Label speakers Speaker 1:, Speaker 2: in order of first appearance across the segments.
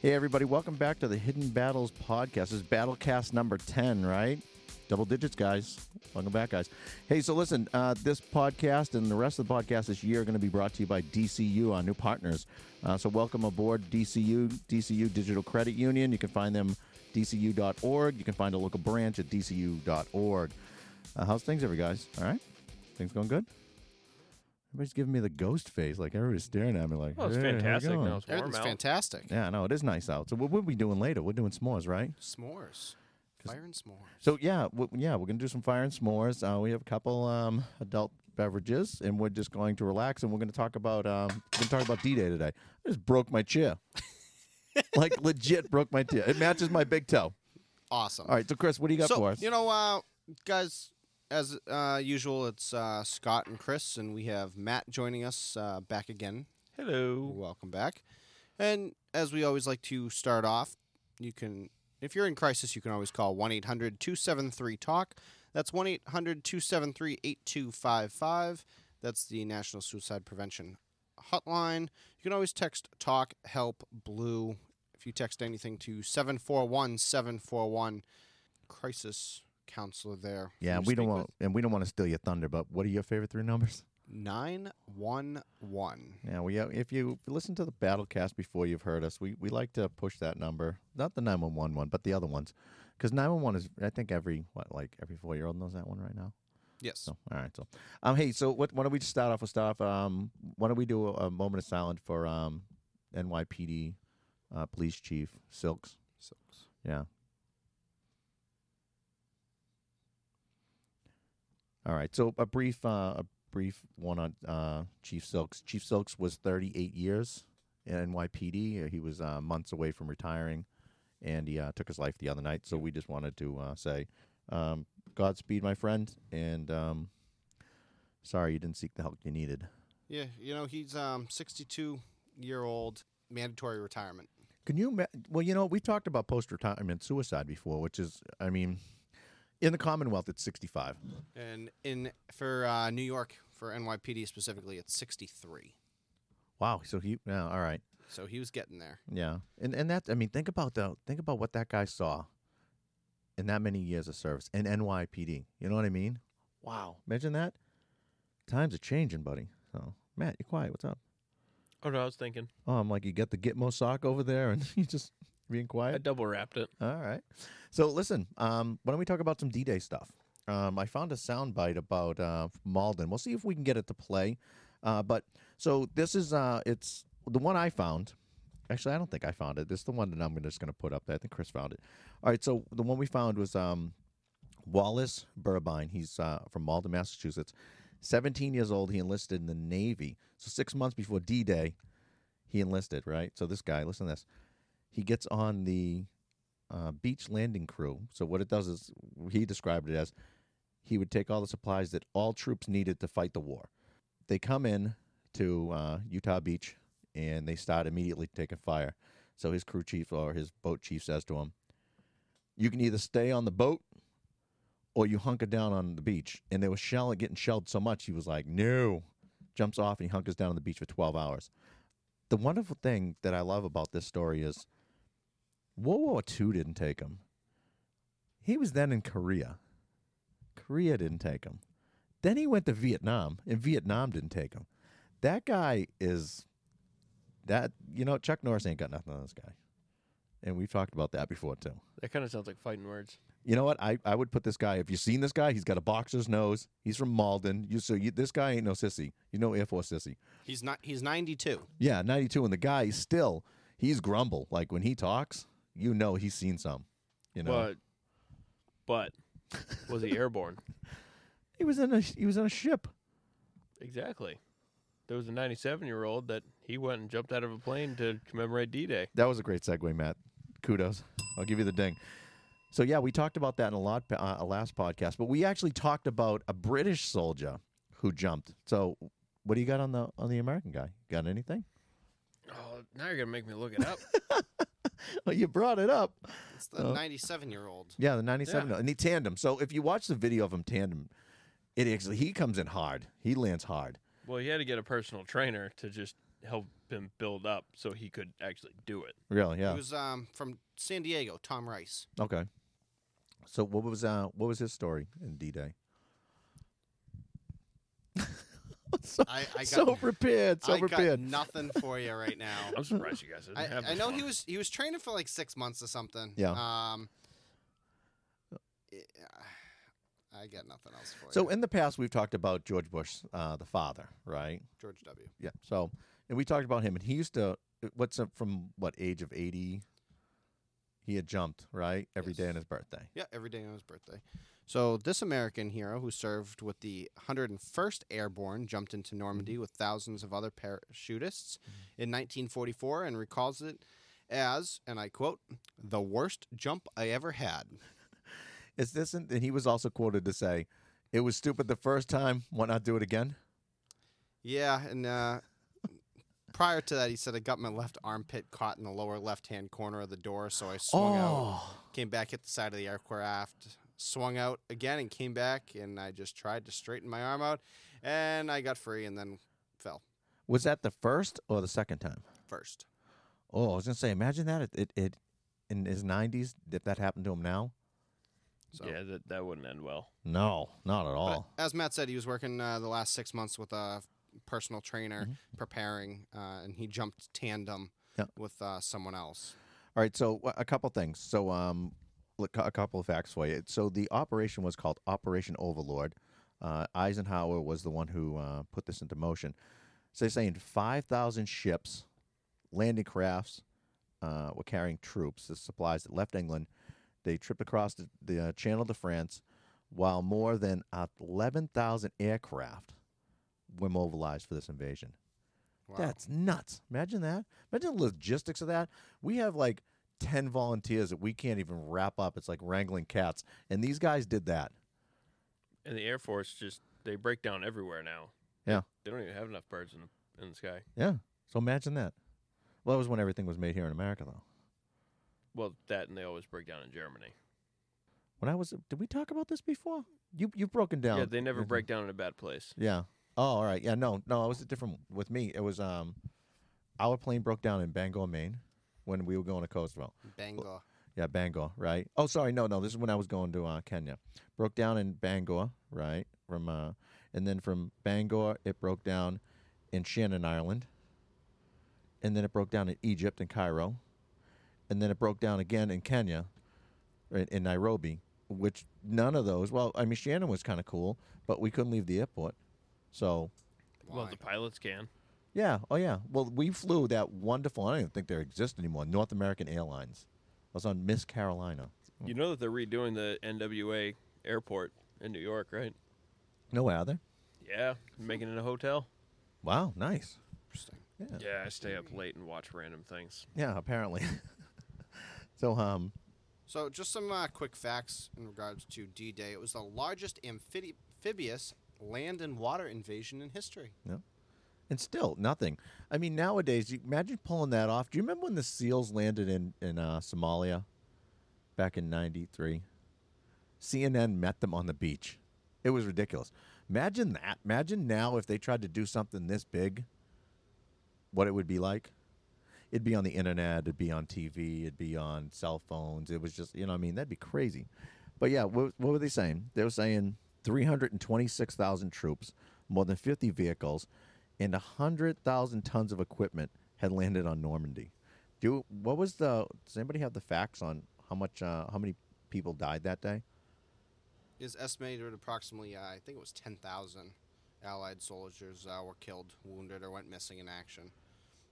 Speaker 1: Hey, everybody, welcome back to the Hidden Battles podcast. This is Battlecast number 10, right? Double digits, guys. Welcome back, guys. Hey, so listen, uh, this podcast and the rest of the podcast this year are going to be brought to you by DCU, our new partners. Uh, so welcome aboard DCU, DCU Digital Credit Union. You can find them dcu.org. You can find a local branch at dcu.org. Uh, how's things, every guys? All right, things going good. Everybody's giving me the ghost face, like everybody's staring at me, like,
Speaker 2: Well, Oh, it's
Speaker 1: "Hey, how you
Speaker 2: fantastic.
Speaker 1: going?"
Speaker 2: Now it's warm
Speaker 3: Everything's
Speaker 2: out.
Speaker 3: fantastic.
Speaker 1: Yeah, no, it is nice out. So what what are we doing later? We're doing s'mores, right?
Speaker 3: S'mores. Fire and s'mores.
Speaker 1: So yeah, w- yeah, we're gonna do some fire and s'mores. Uh, we have a couple um, adult beverages, and we're just going to relax. And we're gonna talk about um, we're gonna talk about D Day today. I just broke my chair, like legit broke my chair. It matches my big toe.
Speaker 3: Awesome.
Speaker 1: All right, so Chris, what do you got
Speaker 3: so,
Speaker 1: for us?
Speaker 3: you know, uh, guys, as uh, usual, it's uh, Scott and Chris, and we have Matt joining us uh, back again.
Speaker 2: Hello.
Speaker 3: Welcome back. And as we always like to start off, you can, if you're in crisis, you can always call 1 800 273 TALK. That's 1 800 273 8255. That's the National Suicide Prevention Hotline. You can always text TALK HELP BLUE. If you text anything to 741 741, crisis counselor there.
Speaker 1: yeah,
Speaker 3: You
Speaker 1: we don't
Speaker 3: speak
Speaker 1: want and we don't want to steal your thunder, but what are your favorite three numbers?
Speaker 3: with 911.
Speaker 1: Yeah, we uh, if you listen to the Battlecast before you've heard us, we, we like to push that number, not the nine one one one, but the other ones, because nine one one is I think every what like every four year old knows that one right now.
Speaker 3: Yes.
Speaker 1: So all right, so um, hey, so what? Why don't we just start off with stuff? Um, why don't we do a, a moment of silence for um, NYPD uh, police chief Silks?
Speaker 3: Silks.
Speaker 1: Yeah. All right. So a brief, uh, a brief one on uh, Chief Silks. Chief Silks was 38 years in NYPD. Uh, He was uh, months away from retiring, and he uh, took his life the other night. So we just wanted to uh, say, um, Godspeed, my friend, and um, sorry you didn't seek the help you needed.
Speaker 3: Yeah, you know, he's um 62 year old mandatory retirement.
Speaker 1: Can you? ima- Well, you know, we talked about post-retirement suicide before, which is, I mean, in the Commonwealth, it's 65.
Speaker 3: And in for uh, New York for NYPD specifically it's 63.
Speaker 1: Wow. So he, yeah, all right,
Speaker 3: So he was getting there.
Speaker 1: yeah, and and that I mean, think about the think about what that guy saw in that many years of service in NYPD. You know what I mean? Wow. Imagine that. Times are changing, buddy. So Matt, you're quiet. What's up?
Speaker 2: Oh no, I was thinking.
Speaker 1: Oh, I'm like, you got the Gitmo sock over there, and you just being
Speaker 2: I
Speaker 1: quiet.
Speaker 2: double wrapped it.
Speaker 1: All right. So listen, um, why don't we talk about some D-Day stuff? Um, I found a soundbite about uh, Malden. We'll see if we can get it to play. Uh, but so this is uh, it's the one I found. Actually, I don't think I found it. This is the one that I'm just going to put up there. I think Chris found it. All right. So the one we found was um, Wallace Burbine. He's uh, from Malden, Massachusetts. 17 years old. He enlisted in the Navy. So six months before D-Day, he enlisted. Right. So this guy, listen to this. He gets on the uh, beach landing crew. So what it does is he described it as he would take all the supplies that all troops needed to fight the war. They come in to uh, Utah Beach and they start immediately taking fire. So his crew chief or his boat chief says to him, "You can either stay on the boat." Or you hunker down on the beach, and they were shelling, getting shelled so much. He was like, "No," jumps off and he hunkers down on the beach for twelve hours. The wonderful thing that I love about this story is World War II didn't take him. He was then in Korea. Korea didn't take him. Then he went to Vietnam, and Vietnam didn't take him. That guy is that you know Chuck Norris ain't got nothing on this guy, and we've talked about that before too.
Speaker 2: That kind of sounds like fighting words.
Speaker 1: You know what? I, I would put this guy. If you've seen this guy, he's got a boxer's nose. He's from Malden. You so you, this guy ain't no sissy. You know Air Force sissy.
Speaker 3: He's not he's 92.
Speaker 1: Yeah, 92, and the guy still he's grumble. Like when he talks, you know he's seen some. You know.
Speaker 2: But but was he airborne?
Speaker 1: He was in a he was on a ship.
Speaker 2: exactly. There was a 97 year old that he went and jumped out of a plane to commemorate D Day.
Speaker 1: That was a great segue, Matt. Kudos. I'll give you the ding. So yeah, we talked about that in a lot uh, a last podcast, but we actually talked about a British soldier who jumped. So what do you got on the on the American guy? Got anything?
Speaker 2: Oh, now you're gonna make me look it up.
Speaker 1: Well, Oh, you brought it up.
Speaker 3: It's the
Speaker 1: Oh.
Speaker 3: 97 year old.
Speaker 1: Yeah, the 97
Speaker 2: Yeah.
Speaker 1: and he tandem. So if you watch the video of him tandem, it actually he comes in hard. He lands hard.
Speaker 2: well, he had to get a personal trainer to just help helped him build up so he could actually do it.
Speaker 1: Really?
Speaker 3: He
Speaker 1: Yeah.
Speaker 3: was um, from San Diego, Tom Rice.
Speaker 1: Okay. So what was uh what was his story in D Day? so,
Speaker 3: I, I got,
Speaker 1: so prepared, so
Speaker 3: I got
Speaker 1: prepared.
Speaker 3: nothing for you right now.
Speaker 2: I'm surprised you guys didn't
Speaker 3: I,
Speaker 2: have
Speaker 3: I
Speaker 2: this
Speaker 3: know
Speaker 2: one.
Speaker 3: he was he was training for like six months or something.
Speaker 1: Yeah. Oh.
Speaker 3: Um. I got nothing else for
Speaker 1: So
Speaker 3: you.
Speaker 1: in the past, we've talked about George Bush, uh, the father, right?
Speaker 3: George W.
Speaker 1: Yeah. So and we talked about him, and he used to what's up from what age of eighty? He had jumped right every day
Speaker 3: Yes.
Speaker 1: on his birthday.
Speaker 3: Yeah, every day on his birthday. So this American hero who served with the 101st Airborne jumped into Normandy with thousands of other parachutists in 1944 and recalls it as, and I quote, "the worst jump I ever had."
Speaker 1: Is this? And he was also quoted to say, "It was stupid the first time. Why not do it again?"
Speaker 3: Yeah, and uh, prior to that, he said, "I got my left armpit caught in the lower left-hand corner of the door, so I swung out,
Speaker 1: Oh.
Speaker 3: came back, hit the side of the aircraft." Swung out again and came back, and I just tried to straighten my arm out, and I got free, and then fell.
Speaker 1: was that the first or the second time?
Speaker 3: first.
Speaker 1: Oh, I was gonna say, imagine that it it, it in his nineties. If that happened to him now,
Speaker 3: So.
Speaker 2: Yeah, that, that wouldn't end well.
Speaker 1: no, not at
Speaker 3: But
Speaker 1: all.
Speaker 3: as Matt said, he was working uh, the last six months with a personal trainer, preparing, uh, and he jumped tandem
Speaker 1: Mm-hmm. Yeah.
Speaker 3: with uh, someone else.
Speaker 1: All right, so uh, a couple things. So, um, look, a couple of facts for you. So, the operation was called Operation Overlord. Uh, Eisenhower was the one who uh, put this into motion. So, they're saying 5,000 ships, landing crafts, uh, were carrying troops, the supplies that left England. They tripped across the, the uh, Channel to France, while more than 11,000 aircraft were mobilized for this invasion.
Speaker 3: Wow.
Speaker 1: That's nuts. Imagine that. Imagine the logistics of that. We have like 10 volunteers that we can't even wrap up. It's like wrangling cats. And these guys did that.
Speaker 2: And the Air Force just they break down everywhere now.
Speaker 1: Yeah.
Speaker 2: They don't even have enough birds in the in the sky.
Speaker 1: Yeah. So imagine that. Well, that was when everything was made here in America, though.
Speaker 2: Well, that and they always break down in Germany.
Speaker 1: When I was, did we talk about this before? You, you've broken down.
Speaker 2: Yeah, they never
Speaker 1: everything.
Speaker 2: break down in a bad place.
Speaker 1: Yeah. Oh, all right. Yeah. No, no, it was a different with me. It was, um, our plane broke down in Bangor, Maine when we were going to Kosovo.
Speaker 3: Bangor.
Speaker 1: Yeah, Bangor, right? Oh, sorry, no, no. This is when I was going to uh, Kenya. Broke down in Bangor, right? From uh, and then from Bangor, it broke down in Shannon, Ireland, and then it broke down in Egypt and Cairo, and then it broke down again in Kenya, in, in Nairobi. Which none of those. Well, I mean, Shannon was kind of cool, but we couldn't leave the airport, so
Speaker 2: Well,
Speaker 3: Why?
Speaker 2: the pilots can.
Speaker 1: yeah, oh yeah. Well, we flew that wonderful. I don't even think they exist anymore. North American Airlines. I was on Miss Carolina.
Speaker 2: You know that they're redoing the NWA airport in New York, right?
Speaker 1: No way, are there?
Speaker 2: Yeah, making it a hotel.
Speaker 1: Wow, nice.
Speaker 3: Interesting.
Speaker 1: Yeah, yeah,
Speaker 2: Yeah, I stay up late and watch random things.
Speaker 1: apparently. so, um,
Speaker 3: So, just some uh, quick facts in regards to D Day. It was the largest amphibi- amphibious land and water invasion in history.
Speaker 1: and still nothing. I mean, nowadays, you imagine pulling that off. Do you remember when the SEALs landed in in uh, Somalia back in '93? CNN met them on the beach. It was ridiculous. Imagine that. Imagine now if they tried to do something this big, what it would be like. It'd be on the internet. It'd be on TV. It'd be on cell phones. It was just, you know, what I mean, that'd be crazy. But yeah, what, what were they saying? They were saying 326,000 troops, more than 50 vehicles, and 100,000 tons of equipment had landed on Normandy. Do what was the? Does anybody have the facts on how much? Uh, how many people died that day?
Speaker 3: Is estimated at approximately, uh, I think it was 10,000 Allied soldiers uh, were killed, wounded, or went missing in action.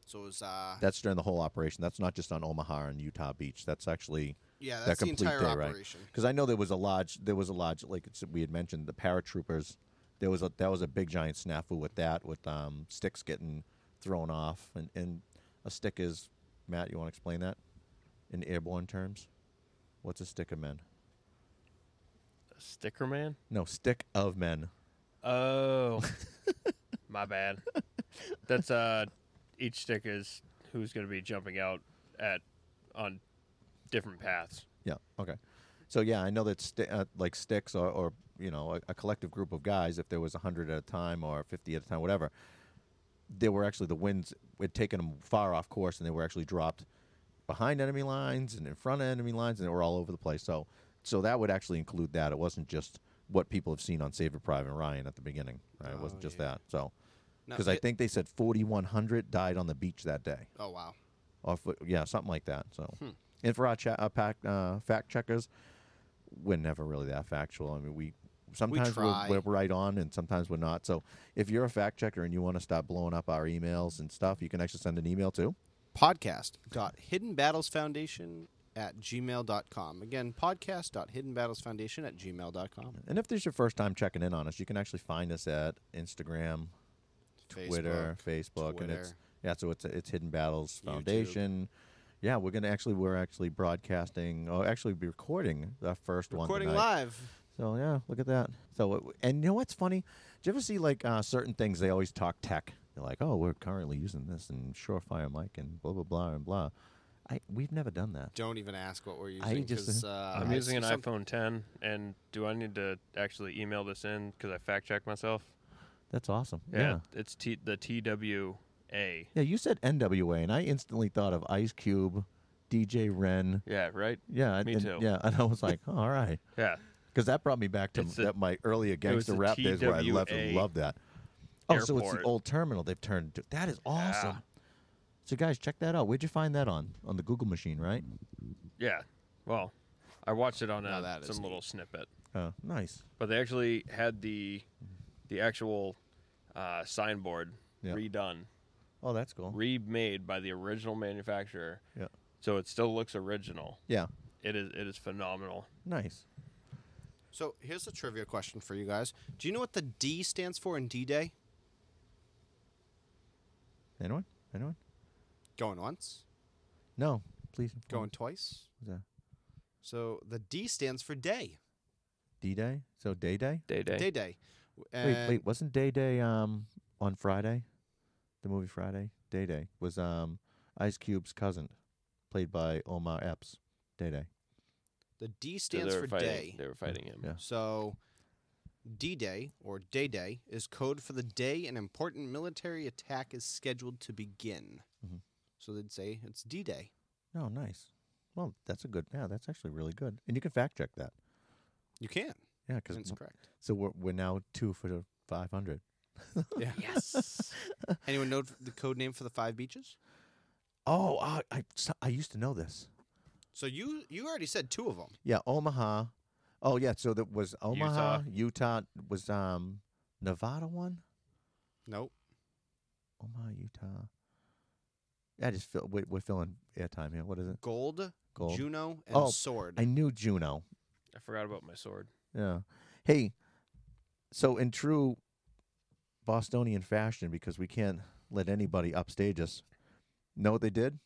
Speaker 3: So it was uh,
Speaker 1: That's during the whole operation. That's not just on Omaha and Utah Beach. That's actually
Speaker 3: yeah,
Speaker 1: that
Speaker 3: that's the
Speaker 1: complete
Speaker 3: entire
Speaker 1: day, right?
Speaker 3: operation.
Speaker 1: because I know there was a large, there was a large, like it's- we had mentioned, the paratroopers. There was a that was a big giant snafu with that, with um, sticks getting thrown off, and and a stick is, Matt, you want to explain that in airborne terms? What's a stick of men?
Speaker 2: Sticker man?
Speaker 1: No, stick of men.
Speaker 2: Oh. My bad. That's uh each stick is who's gonna be jumping out at on different paths.
Speaker 1: Yeah. Okay. So yeah, I know that sti- uh, like sticks or, or you know a, a collective group of guys, if there was hundred at a time or fifty at a time, whatever, they were actually the winds had taken them far off course, and they were actually dropped behind enemy lines and in front of enemy lines, and they were all over the place. So, so that would actually include that. It wasn't just what people have seen on Save It Private Ryan at the beginning. Right? it
Speaker 3: Oh,
Speaker 1: wasn't just
Speaker 3: yeah.
Speaker 1: that. So,
Speaker 3: No,
Speaker 1: because I
Speaker 3: it-
Speaker 1: think they said 4,100 died on the beach that day.
Speaker 3: Oh wow.
Speaker 1: Off, uh, yeah, something like that. So,
Speaker 3: Hmm.
Speaker 1: and for our, cha- our pack, uh, fact checkers, we're never really that factual. I mean, we sometimes we
Speaker 3: try.
Speaker 1: are we're right on, and sometimes we're not. So, if you're a fact checker and you want to stop blowing up our emails and stuff, you can actually send an email to.
Speaker 3: podcast.hiddenbattlesfoundation at gmail.com. Again, podcast.hiddenbattlesfoundation at gmail.com.
Speaker 1: And if this is your first time checking in on us, you can actually find us at Instagram, Twitter, Facebook, and it's
Speaker 3: Twitter.
Speaker 1: yeah. So it's it's Hidden Battles
Speaker 3: YouTube.
Speaker 1: Foundation. Yeah, we're gonna actually we're actually broadcasting or actually be recording the first
Speaker 3: Recording
Speaker 1: one tonight.
Speaker 3: live.
Speaker 1: So yeah, look at that. So it, and you know what's funny? Do you ever see like uh, certain things? They always talk tech. They're like, oh, we're currently using this and Surefire mic and blah blah blah and blah. I we've never done that.
Speaker 3: Don't even ask what we're
Speaker 1: I
Speaker 3: using
Speaker 1: just-
Speaker 3: because uh,
Speaker 2: I'm
Speaker 3: I
Speaker 2: using
Speaker 3: see
Speaker 2: an
Speaker 3: some-
Speaker 2: iPhone 10, and do I need to actually email this in because I fact checked myself?
Speaker 1: That's awesome. Yeah.
Speaker 2: Yeah,
Speaker 1: yeah.
Speaker 2: it's T- the TWA.
Speaker 1: you said NWA, and I instantly thought of Ice Cube, DJ Ren.
Speaker 2: Yeah, right.
Speaker 1: Yeah, and-
Speaker 2: Me
Speaker 1: and-
Speaker 2: too.
Speaker 1: Yeah, and I was like, oh, all right,
Speaker 2: Yeah,
Speaker 1: because that brought me back to
Speaker 2: It's a-
Speaker 1: that my earlier
Speaker 2: was
Speaker 1: gangster
Speaker 2: a
Speaker 1: rap days where I left and
Speaker 2: TWA
Speaker 1: loved that. Oh, so it's the
Speaker 2: airport.
Speaker 1: old terminal they've turned. to- That is awesome. So guys, check that out. Where'd you find that on? On the Google machine, right?
Speaker 2: yeah. Well, I watched it on
Speaker 3: Now
Speaker 2: a,
Speaker 3: that is
Speaker 2: some
Speaker 3: neat.
Speaker 2: little snippet,
Speaker 1: Oh, nice.
Speaker 2: but they actually had the the actual uh, signboard
Speaker 1: Yeah.
Speaker 2: redone,
Speaker 1: Oh, that's cool.
Speaker 2: remade by the original manufacturer.
Speaker 1: Yeah.
Speaker 2: So it still looks original.
Speaker 1: Yeah.
Speaker 2: It is it is phenomenal.
Speaker 1: Nice.
Speaker 3: So here's a trivia question for you guys. Do you know what the D stands for in D Day?
Speaker 1: Anyone? Anyone?
Speaker 3: Going once,
Speaker 1: No. Please.
Speaker 3: going twice. So the D stands for day,
Speaker 1: D Day. So Day Day.
Speaker 2: Day day.
Speaker 3: day day.
Speaker 1: Wait,
Speaker 3: Uh,
Speaker 1: wait. Wasn't Day Day um on Friday? The movie Friday. Day Day was um Ice Cube's cousin, played by Omar Epps. Day Day.
Speaker 3: The D
Speaker 2: So
Speaker 3: stands
Speaker 2: they were
Speaker 3: for
Speaker 2: fighting,
Speaker 3: day.
Speaker 2: They were fighting him.
Speaker 1: Yeah.
Speaker 3: So D Day or Day Day is code for the day an important military attack is scheduled to begin.
Speaker 1: Mhm.
Speaker 3: So they'd say it's D Day.
Speaker 1: Oh, nice. Well, that's a good. Yeah, that's actually really good. And you can fact check that.
Speaker 3: You can.
Speaker 1: Yeah,
Speaker 3: and
Speaker 1: because
Speaker 3: It's correct.
Speaker 1: so we're we're now two for five hundred.
Speaker 3: Yeah. yes. Anyone know the code name for the five beaches?
Speaker 1: Oh, I, I so- I used to know this.
Speaker 3: So you you already said two of them.
Speaker 1: Yeah, Omaha. Oh yeah, so that was Omaha, Utah, was um Nevada one.
Speaker 3: Nope.
Speaker 1: Omaha, Utah. I just feel we, we're filling airtime here. What is it?
Speaker 3: Gold,
Speaker 1: Gold.
Speaker 3: Juno, and
Speaker 1: Oh,
Speaker 3: Sword.
Speaker 1: I knew Juno.
Speaker 2: I forgot about my sword.
Speaker 1: Yeah. Hey, so in true Bostonian fashion, because we can't let anybody upstage us, know what they did?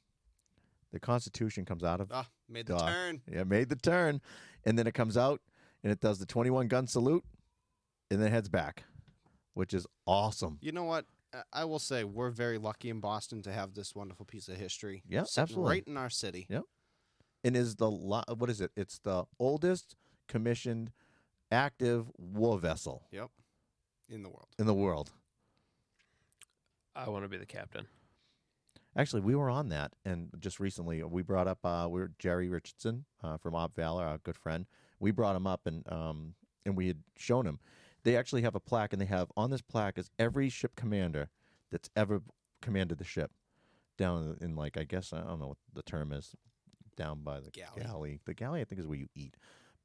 Speaker 1: The Constitution comes out of
Speaker 3: ah, made the
Speaker 1: Duh.
Speaker 3: turn.
Speaker 1: Yeah, made the turn, and then it comes out and it does the 21 gun salute, and then heads back, which is awesome.
Speaker 3: You know what? I- I will say we're very lucky in Boston to have this wonderful piece of history.
Speaker 1: Yeah,
Speaker 3: sitting
Speaker 1: absolutely.
Speaker 3: Right in our city.
Speaker 1: And is the lo- what is it? It's the oldest commissioned active war vessel
Speaker 3: Yep. In the world.
Speaker 1: in the world.
Speaker 2: I want to be the captain.
Speaker 1: Actually, we were on that, and just recently we brought up uh, we are Jerry Richardson uh, from Op Valor, our good friend. We brought him up, and um, and we had shown him. They actually have a plaque, and they have on this plaque is every ship commander that's ever commanded the ship down in, in like I guess I don't know what the term is down by the
Speaker 3: Galley.
Speaker 1: galley. The galley, I think, is where you eat.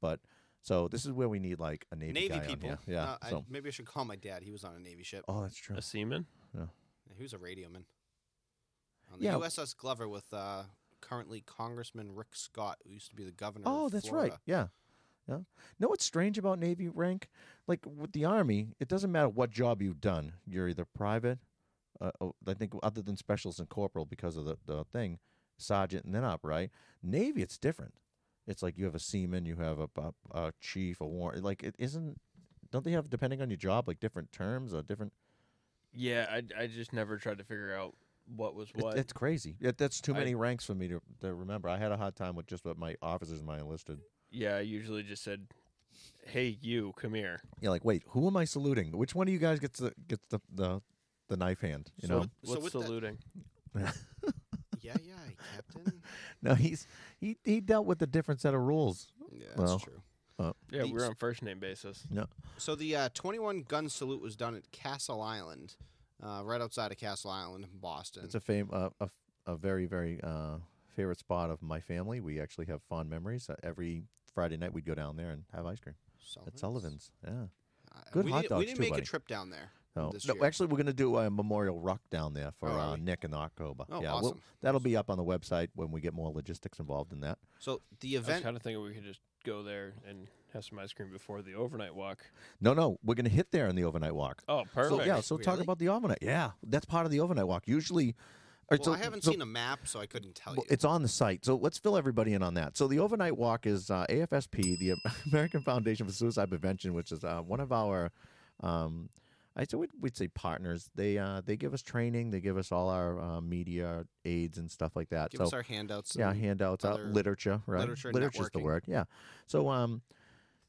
Speaker 1: But so this is where we need like a navy,
Speaker 3: Navy,
Speaker 1: guy on
Speaker 3: people.
Speaker 1: here. Yeah.
Speaker 3: Uh, I,
Speaker 1: so
Speaker 3: maybe I should call my dad. He was on a Navy ship.
Speaker 1: oh, that's true.
Speaker 2: A seaman.
Speaker 3: He was a radioman. On the
Speaker 1: Yeah.
Speaker 3: USS Glover with uh, currently Congressman Rick Scott, who used to be the governor.
Speaker 1: Oh,
Speaker 3: of
Speaker 1: that's right.
Speaker 3: Florida.
Speaker 1: Yeah. Yeah. Know what's strange about Navy rank? Like with the Army, it doesn't matter what job you've done. You're either private, uh, oh, I think, other than specials and corporal because of the, the thing, sergeant and then up, right? Navy, it's different. It's like you have a seaman, you have a, a, a chief, a warrant. Like it isn't. Don't they have depending on your job like different terms or different?
Speaker 2: Yeah, I, I just never tried to figure out what was
Speaker 1: It,
Speaker 2: what.
Speaker 1: it's crazy. It, that's too
Speaker 2: I-
Speaker 1: many ranks for me to, to remember. I had a hard time with just what my officers and my enlisted.
Speaker 2: yeah, I usually just said, "Hey, you, come here."
Speaker 1: You're like, wait, who am I saluting? Which one of you guys gets the gets the the, the knife hand. You
Speaker 2: So
Speaker 1: know,
Speaker 2: what-
Speaker 3: So
Speaker 2: what's
Speaker 3: with
Speaker 2: the
Speaker 3: that-
Speaker 2: looting?
Speaker 3: yeah, yeah, Captain.
Speaker 1: no, he's he he dealt with a different set of rules.
Speaker 3: Yeah, that's
Speaker 1: Well.
Speaker 3: true.
Speaker 2: Yeah, we
Speaker 3: These-
Speaker 2: we're on first name basis.
Speaker 3: So the uh, 21 gun salute was done at Castle Island, uh, right outside of Castle Island in Boston.
Speaker 1: It's a fame uh, a f- a very very uh, favorite spot of my family. We actually have fond memories. Uh, every Friday night we'd go down there and have ice cream
Speaker 3: Oh,
Speaker 1: at Sullivan's. Yeah.
Speaker 3: Uh,
Speaker 1: Good
Speaker 3: we
Speaker 1: hot
Speaker 3: didn't,
Speaker 1: dogs
Speaker 3: We didn't
Speaker 1: too,
Speaker 3: make
Speaker 1: buddy.
Speaker 3: a trip down there.
Speaker 1: So,
Speaker 3: This
Speaker 1: no,
Speaker 3: year.
Speaker 1: actually, we're going to do a memorial ruck down there for
Speaker 3: Oh, are
Speaker 1: uh,
Speaker 3: we?
Speaker 1: Nick and October.
Speaker 3: Oh,
Speaker 1: yeah,
Speaker 3: awesome.
Speaker 1: that'll be up on the website when we get more logistics involved in that.
Speaker 3: So the
Speaker 2: I was
Speaker 3: event.
Speaker 2: kind of thinking we could just go there and have some ice cream before the overnight walk.
Speaker 1: No, no, we're going to hit there in the overnight walk.
Speaker 2: Oh, perfect.
Speaker 1: So, yeah, so talk
Speaker 3: Really?
Speaker 1: about the overnight. Yeah, that's part of the overnight walk. Usually, or
Speaker 3: well,
Speaker 1: so-
Speaker 3: I haven't
Speaker 1: so-
Speaker 3: seen a map, so I couldn't tell
Speaker 1: Well,
Speaker 3: you.
Speaker 1: it's on the site. So let's fill everybody in on that. So the overnight walk is uh, AFSP, the American Foundation for Suicide Prevention, which is uh, one of our, um, I so we'd, we'd say partners. They uh, they give us training. They give us all our uh, media aids and stuff like that.
Speaker 3: Give
Speaker 1: so
Speaker 3: us our handouts.
Speaker 1: yeah,
Speaker 3: and-
Speaker 1: handouts, uh,
Speaker 3: other
Speaker 1: literature, right?
Speaker 3: literature and
Speaker 1: Literature's the
Speaker 3: networking.
Speaker 1: word. Yeah. So um,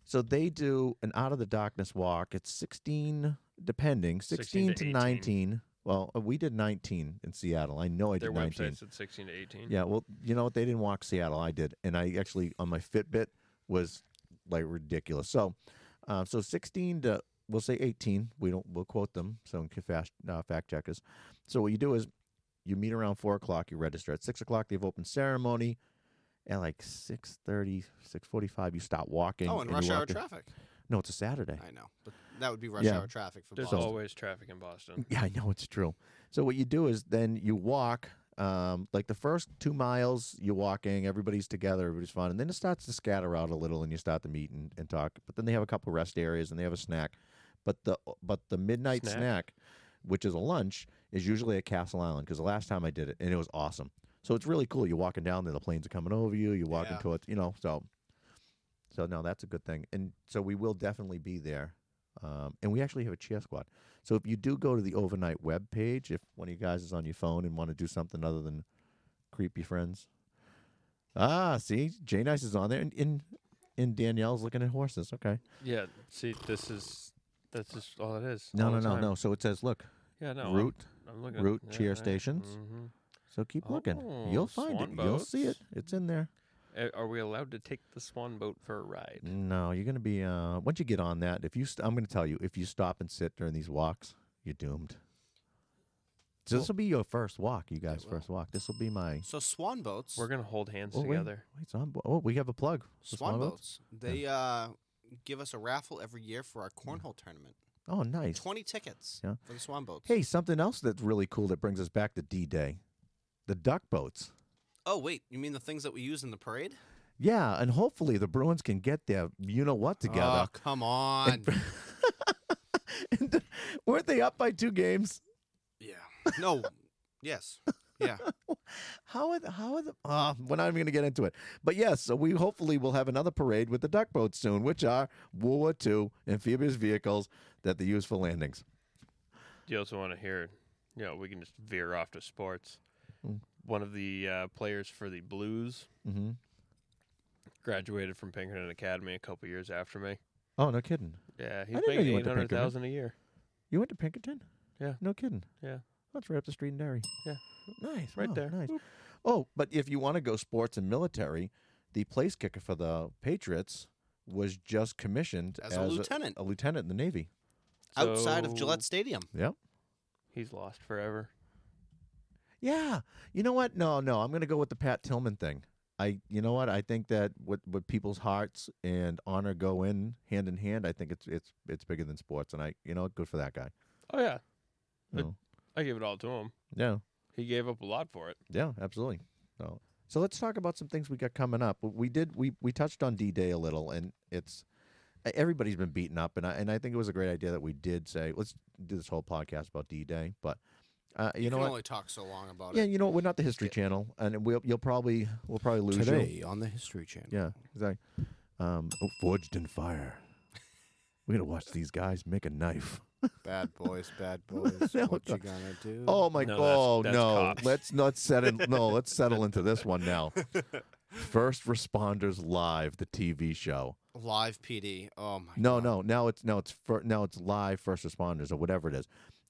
Speaker 1: so they do an out of the darkness walk. It's sixteen, depending,
Speaker 2: 16
Speaker 1: sixteen,
Speaker 2: to
Speaker 1: to,
Speaker 2: 18.
Speaker 1: nineteen. Well, uh, we did nineteen in Seattle. I know I
Speaker 2: Their
Speaker 1: did nineteen.
Speaker 2: website's at 16 to 18.
Speaker 1: Yeah, well, you know what? They didn't walk Seattle. I did, and I actually on my Fitbit was like ridiculous. So, uh, so sixteen to we'll say eighteen. We don't we'll quote them. So in ca- fast, uh, fact checkers. So what you do is you meet around four o'clock. You register at six o'clock. They have open ceremony. At like 6.30, 6.45, you stop walking.
Speaker 3: Oh, and
Speaker 1: you
Speaker 3: rush hour
Speaker 1: walk in-
Speaker 3: traffic.
Speaker 1: No, it's a Saturday.
Speaker 3: I know, but that would be rush
Speaker 1: Yeah.
Speaker 3: hour traffic for
Speaker 2: There's
Speaker 3: Boston.
Speaker 2: always traffic in Boston.
Speaker 1: Yeah, I know it's true. So what you do is then you walk, um, like the first two miles, you're walking, everybody's together, everybody's fun, and then it starts to scatter out a little, and you start to meet and, and talk. But then they have a couple rest areas, and they have a snack. But the but the midnight
Speaker 2: Snack?
Speaker 1: snack, which is a lunch, is usually at Castle Island because the last time I did it, and it was awesome. So it's really cool. You're walking down there, the planes are coming over you. You're walking
Speaker 3: Yeah.
Speaker 1: towards, you know, so so no, that's a good thing. And so we will definitely be there. Um, and we actually have a cheer squad. So if you do go to the overnight web page, if one of you guys is on your phone and want to do something other than creepy friends, ah, see, Jay Nice is on there, and and, and Danielle's looking at horses. Okay,
Speaker 2: Yeah, see, this is that's just all it is.
Speaker 1: no,
Speaker 2: all
Speaker 1: no,
Speaker 2: the
Speaker 1: no,
Speaker 2: time.
Speaker 1: no. So it says, look,
Speaker 2: Yeah, no. I'm-
Speaker 1: route.
Speaker 2: I'm, looking.
Speaker 1: route cheer stations.
Speaker 2: mhm.
Speaker 1: So keep looking.
Speaker 2: Oh,
Speaker 1: You'll find it.
Speaker 2: swan
Speaker 1: You'll see it.
Speaker 2: boats.
Speaker 1: It's in there.
Speaker 2: A- Eh, Are we allowed to take the swan boat for a ride?
Speaker 1: No, you're gonna be. Uh, once you get on that, if you, st- I'm gonna tell you, if you stop and sit during these walks, you're doomed. So
Speaker 3: Well-
Speaker 1: this will be your first walk, you guys'
Speaker 3: will.
Speaker 1: first walk. This will be my.
Speaker 3: So swan boats.
Speaker 2: We're gonna hold hands
Speaker 1: Oh, wait,
Speaker 2: together.
Speaker 1: wait, it's on. bo- Oh, we have a plug. for
Speaker 3: swan
Speaker 1: boats?
Speaker 3: boats. They uh, give us a raffle every year for our cornhole tournament.
Speaker 1: Oh, nice.
Speaker 3: 20 tickets
Speaker 1: Yeah.
Speaker 3: for the swan boats.
Speaker 1: Hey, something else that's really cool that brings us back to D Day the duck boats.
Speaker 3: Oh wait, you mean the things that we use in the parade?
Speaker 1: Yeah, and hopefully the Bruins can get their you know what
Speaker 3: Oh,
Speaker 1: together.
Speaker 3: come on.
Speaker 1: And weren't they up by two games?
Speaker 3: yeah. No. Yes. Yeah.
Speaker 1: How are the, how are the uh, we're not even going to get into it. But yes, so we hopefully will have another parade with the duck boats soon, which are World War II amphibious vehicles that they use for landings.
Speaker 2: Do you also want to hear? You know, we can just veer off to sports.
Speaker 1: Mm.
Speaker 2: One of the uh, players for the Blues
Speaker 1: Mm-hmm.
Speaker 2: graduated from Pinkerton Academy a couple years after me.
Speaker 1: Oh, no kidding.
Speaker 2: Yeah, he's
Speaker 1: didn't know
Speaker 2: making
Speaker 1: you
Speaker 2: eight
Speaker 1: went to
Speaker 2: hundred
Speaker 1: Pinkerton.
Speaker 2: thousand a year.
Speaker 1: You went to Pinkerton?
Speaker 2: Yeah.
Speaker 1: No kidding.
Speaker 2: Yeah.
Speaker 1: That's right up the street in Derry.
Speaker 2: Yeah.
Speaker 1: Nice.
Speaker 2: Right
Speaker 1: wow,
Speaker 2: there.
Speaker 1: Nice. Oh, but if you want to go sports and military, the place kicker for the Patriots was just commissioned
Speaker 3: As a lieutenant
Speaker 1: a Oh. lieutenant in the Navy.
Speaker 3: outside of
Speaker 2: So
Speaker 3: Gillette Stadium.
Speaker 1: Yep.
Speaker 2: He's lost forever.
Speaker 1: Yeah. You know what? No, no. I'm going to go with the Pat Tillman thing. I, you know what? I think that what what people's hearts and honor go in hand in hand. I think it's it's it's bigger than sports, and I, you know, good for that guy.
Speaker 2: Oh yeah,
Speaker 1: You
Speaker 2: It-
Speaker 1: know?
Speaker 2: I give it all to him.
Speaker 1: Yeah.
Speaker 2: He gave up a lot for it.
Speaker 1: Yeah, absolutely. So, so let's talk about some things we got coming up. We did we we touched on D Day a little, and it's e, everybody's been beaten up, and I and I think it was a great idea that we did say let's do this whole podcast about D Day. But uh, you, know
Speaker 3: can
Speaker 1: what?
Speaker 3: only talk so long about
Speaker 1: yeah,
Speaker 3: it.
Speaker 1: you know what? We're not the History Channel, and we'll you'll probably we'll probably lose you.
Speaker 3: on the History Channel.
Speaker 1: Yeah, exactly. Um, oh, forged in fire. We're gonna watch these guys make a knife.
Speaker 3: Bad boys, bad boys.
Speaker 1: No,
Speaker 3: what
Speaker 1: no.
Speaker 3: you gonna do?
Speaker 1: Oh my
Speaker 2: No,
Speaker 1: god! oh
Speaker 2: that's- that's
Speaker 1: no,
Speaker 2: cops.
Speaker 1: let's not settle. no, let's settle into this one now. First responders live, the TV show.
Speaker 3: Live PD. Oh my
Speaker 1: No,
Speaker 3: god.
Speaker 1: no, now it's now it's fir- now it's live first responders or whatever it is,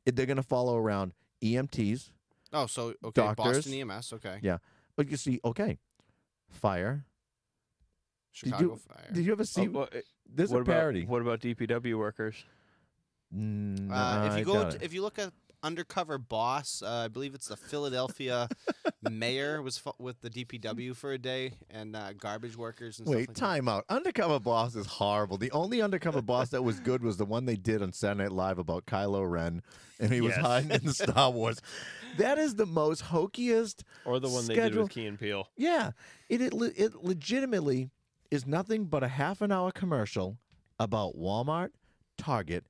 Speaker 1: it- they're going to follow around E EMTs.
Speaker 3: Oh, so okay,
Speaker 1: Doctors.
Speaker 3: Boston EMS. Okay,
Speaker 1: Yeah. But you see, okay, fire.
Speaker 3: Chicago
Speaker 1: you-
Speaker 3: Fire.
Speaker 1: Did you ever see
Speaker 2: Oh, what,
Speaker 1: this? is
Speaker 2: what
Speaker 1: a
Speaker 2: about
Speaker 1: parody.
Speaker 2: what about DPW workers?
Speaker 1: Mm,
Speaker 3: uh, if
Speaker 1: I
Speaker 3: you go,
Speaker 1: doubt
Speaker 3: to,
Speaker 1: it.
Speaker 3: if you look at undercover boss, uh, I believe it's the Philadelphia mayor was fu- with the DPW for a day and uh, garbage workers and
Speaker 1: Wait,
Speaker 3: stuff like that.
Speaker 1: time out. Undercover Boss is horrible. The only Undercover Boss that was good was the one they did on Saturday Night Live about Kylo Ren, and he was
Speaker 2: Yes.
Speaker 1: hiding in the Star Wars. That is the most hokiest.
Speaker 2: Or the one they did
Speaker 1: Schedule-
Speaker 2: with Key and Peele?
Speaker 1: Yeah, it it, le- it legitimately is nothing but a half an hour commercial about Walmart, Target,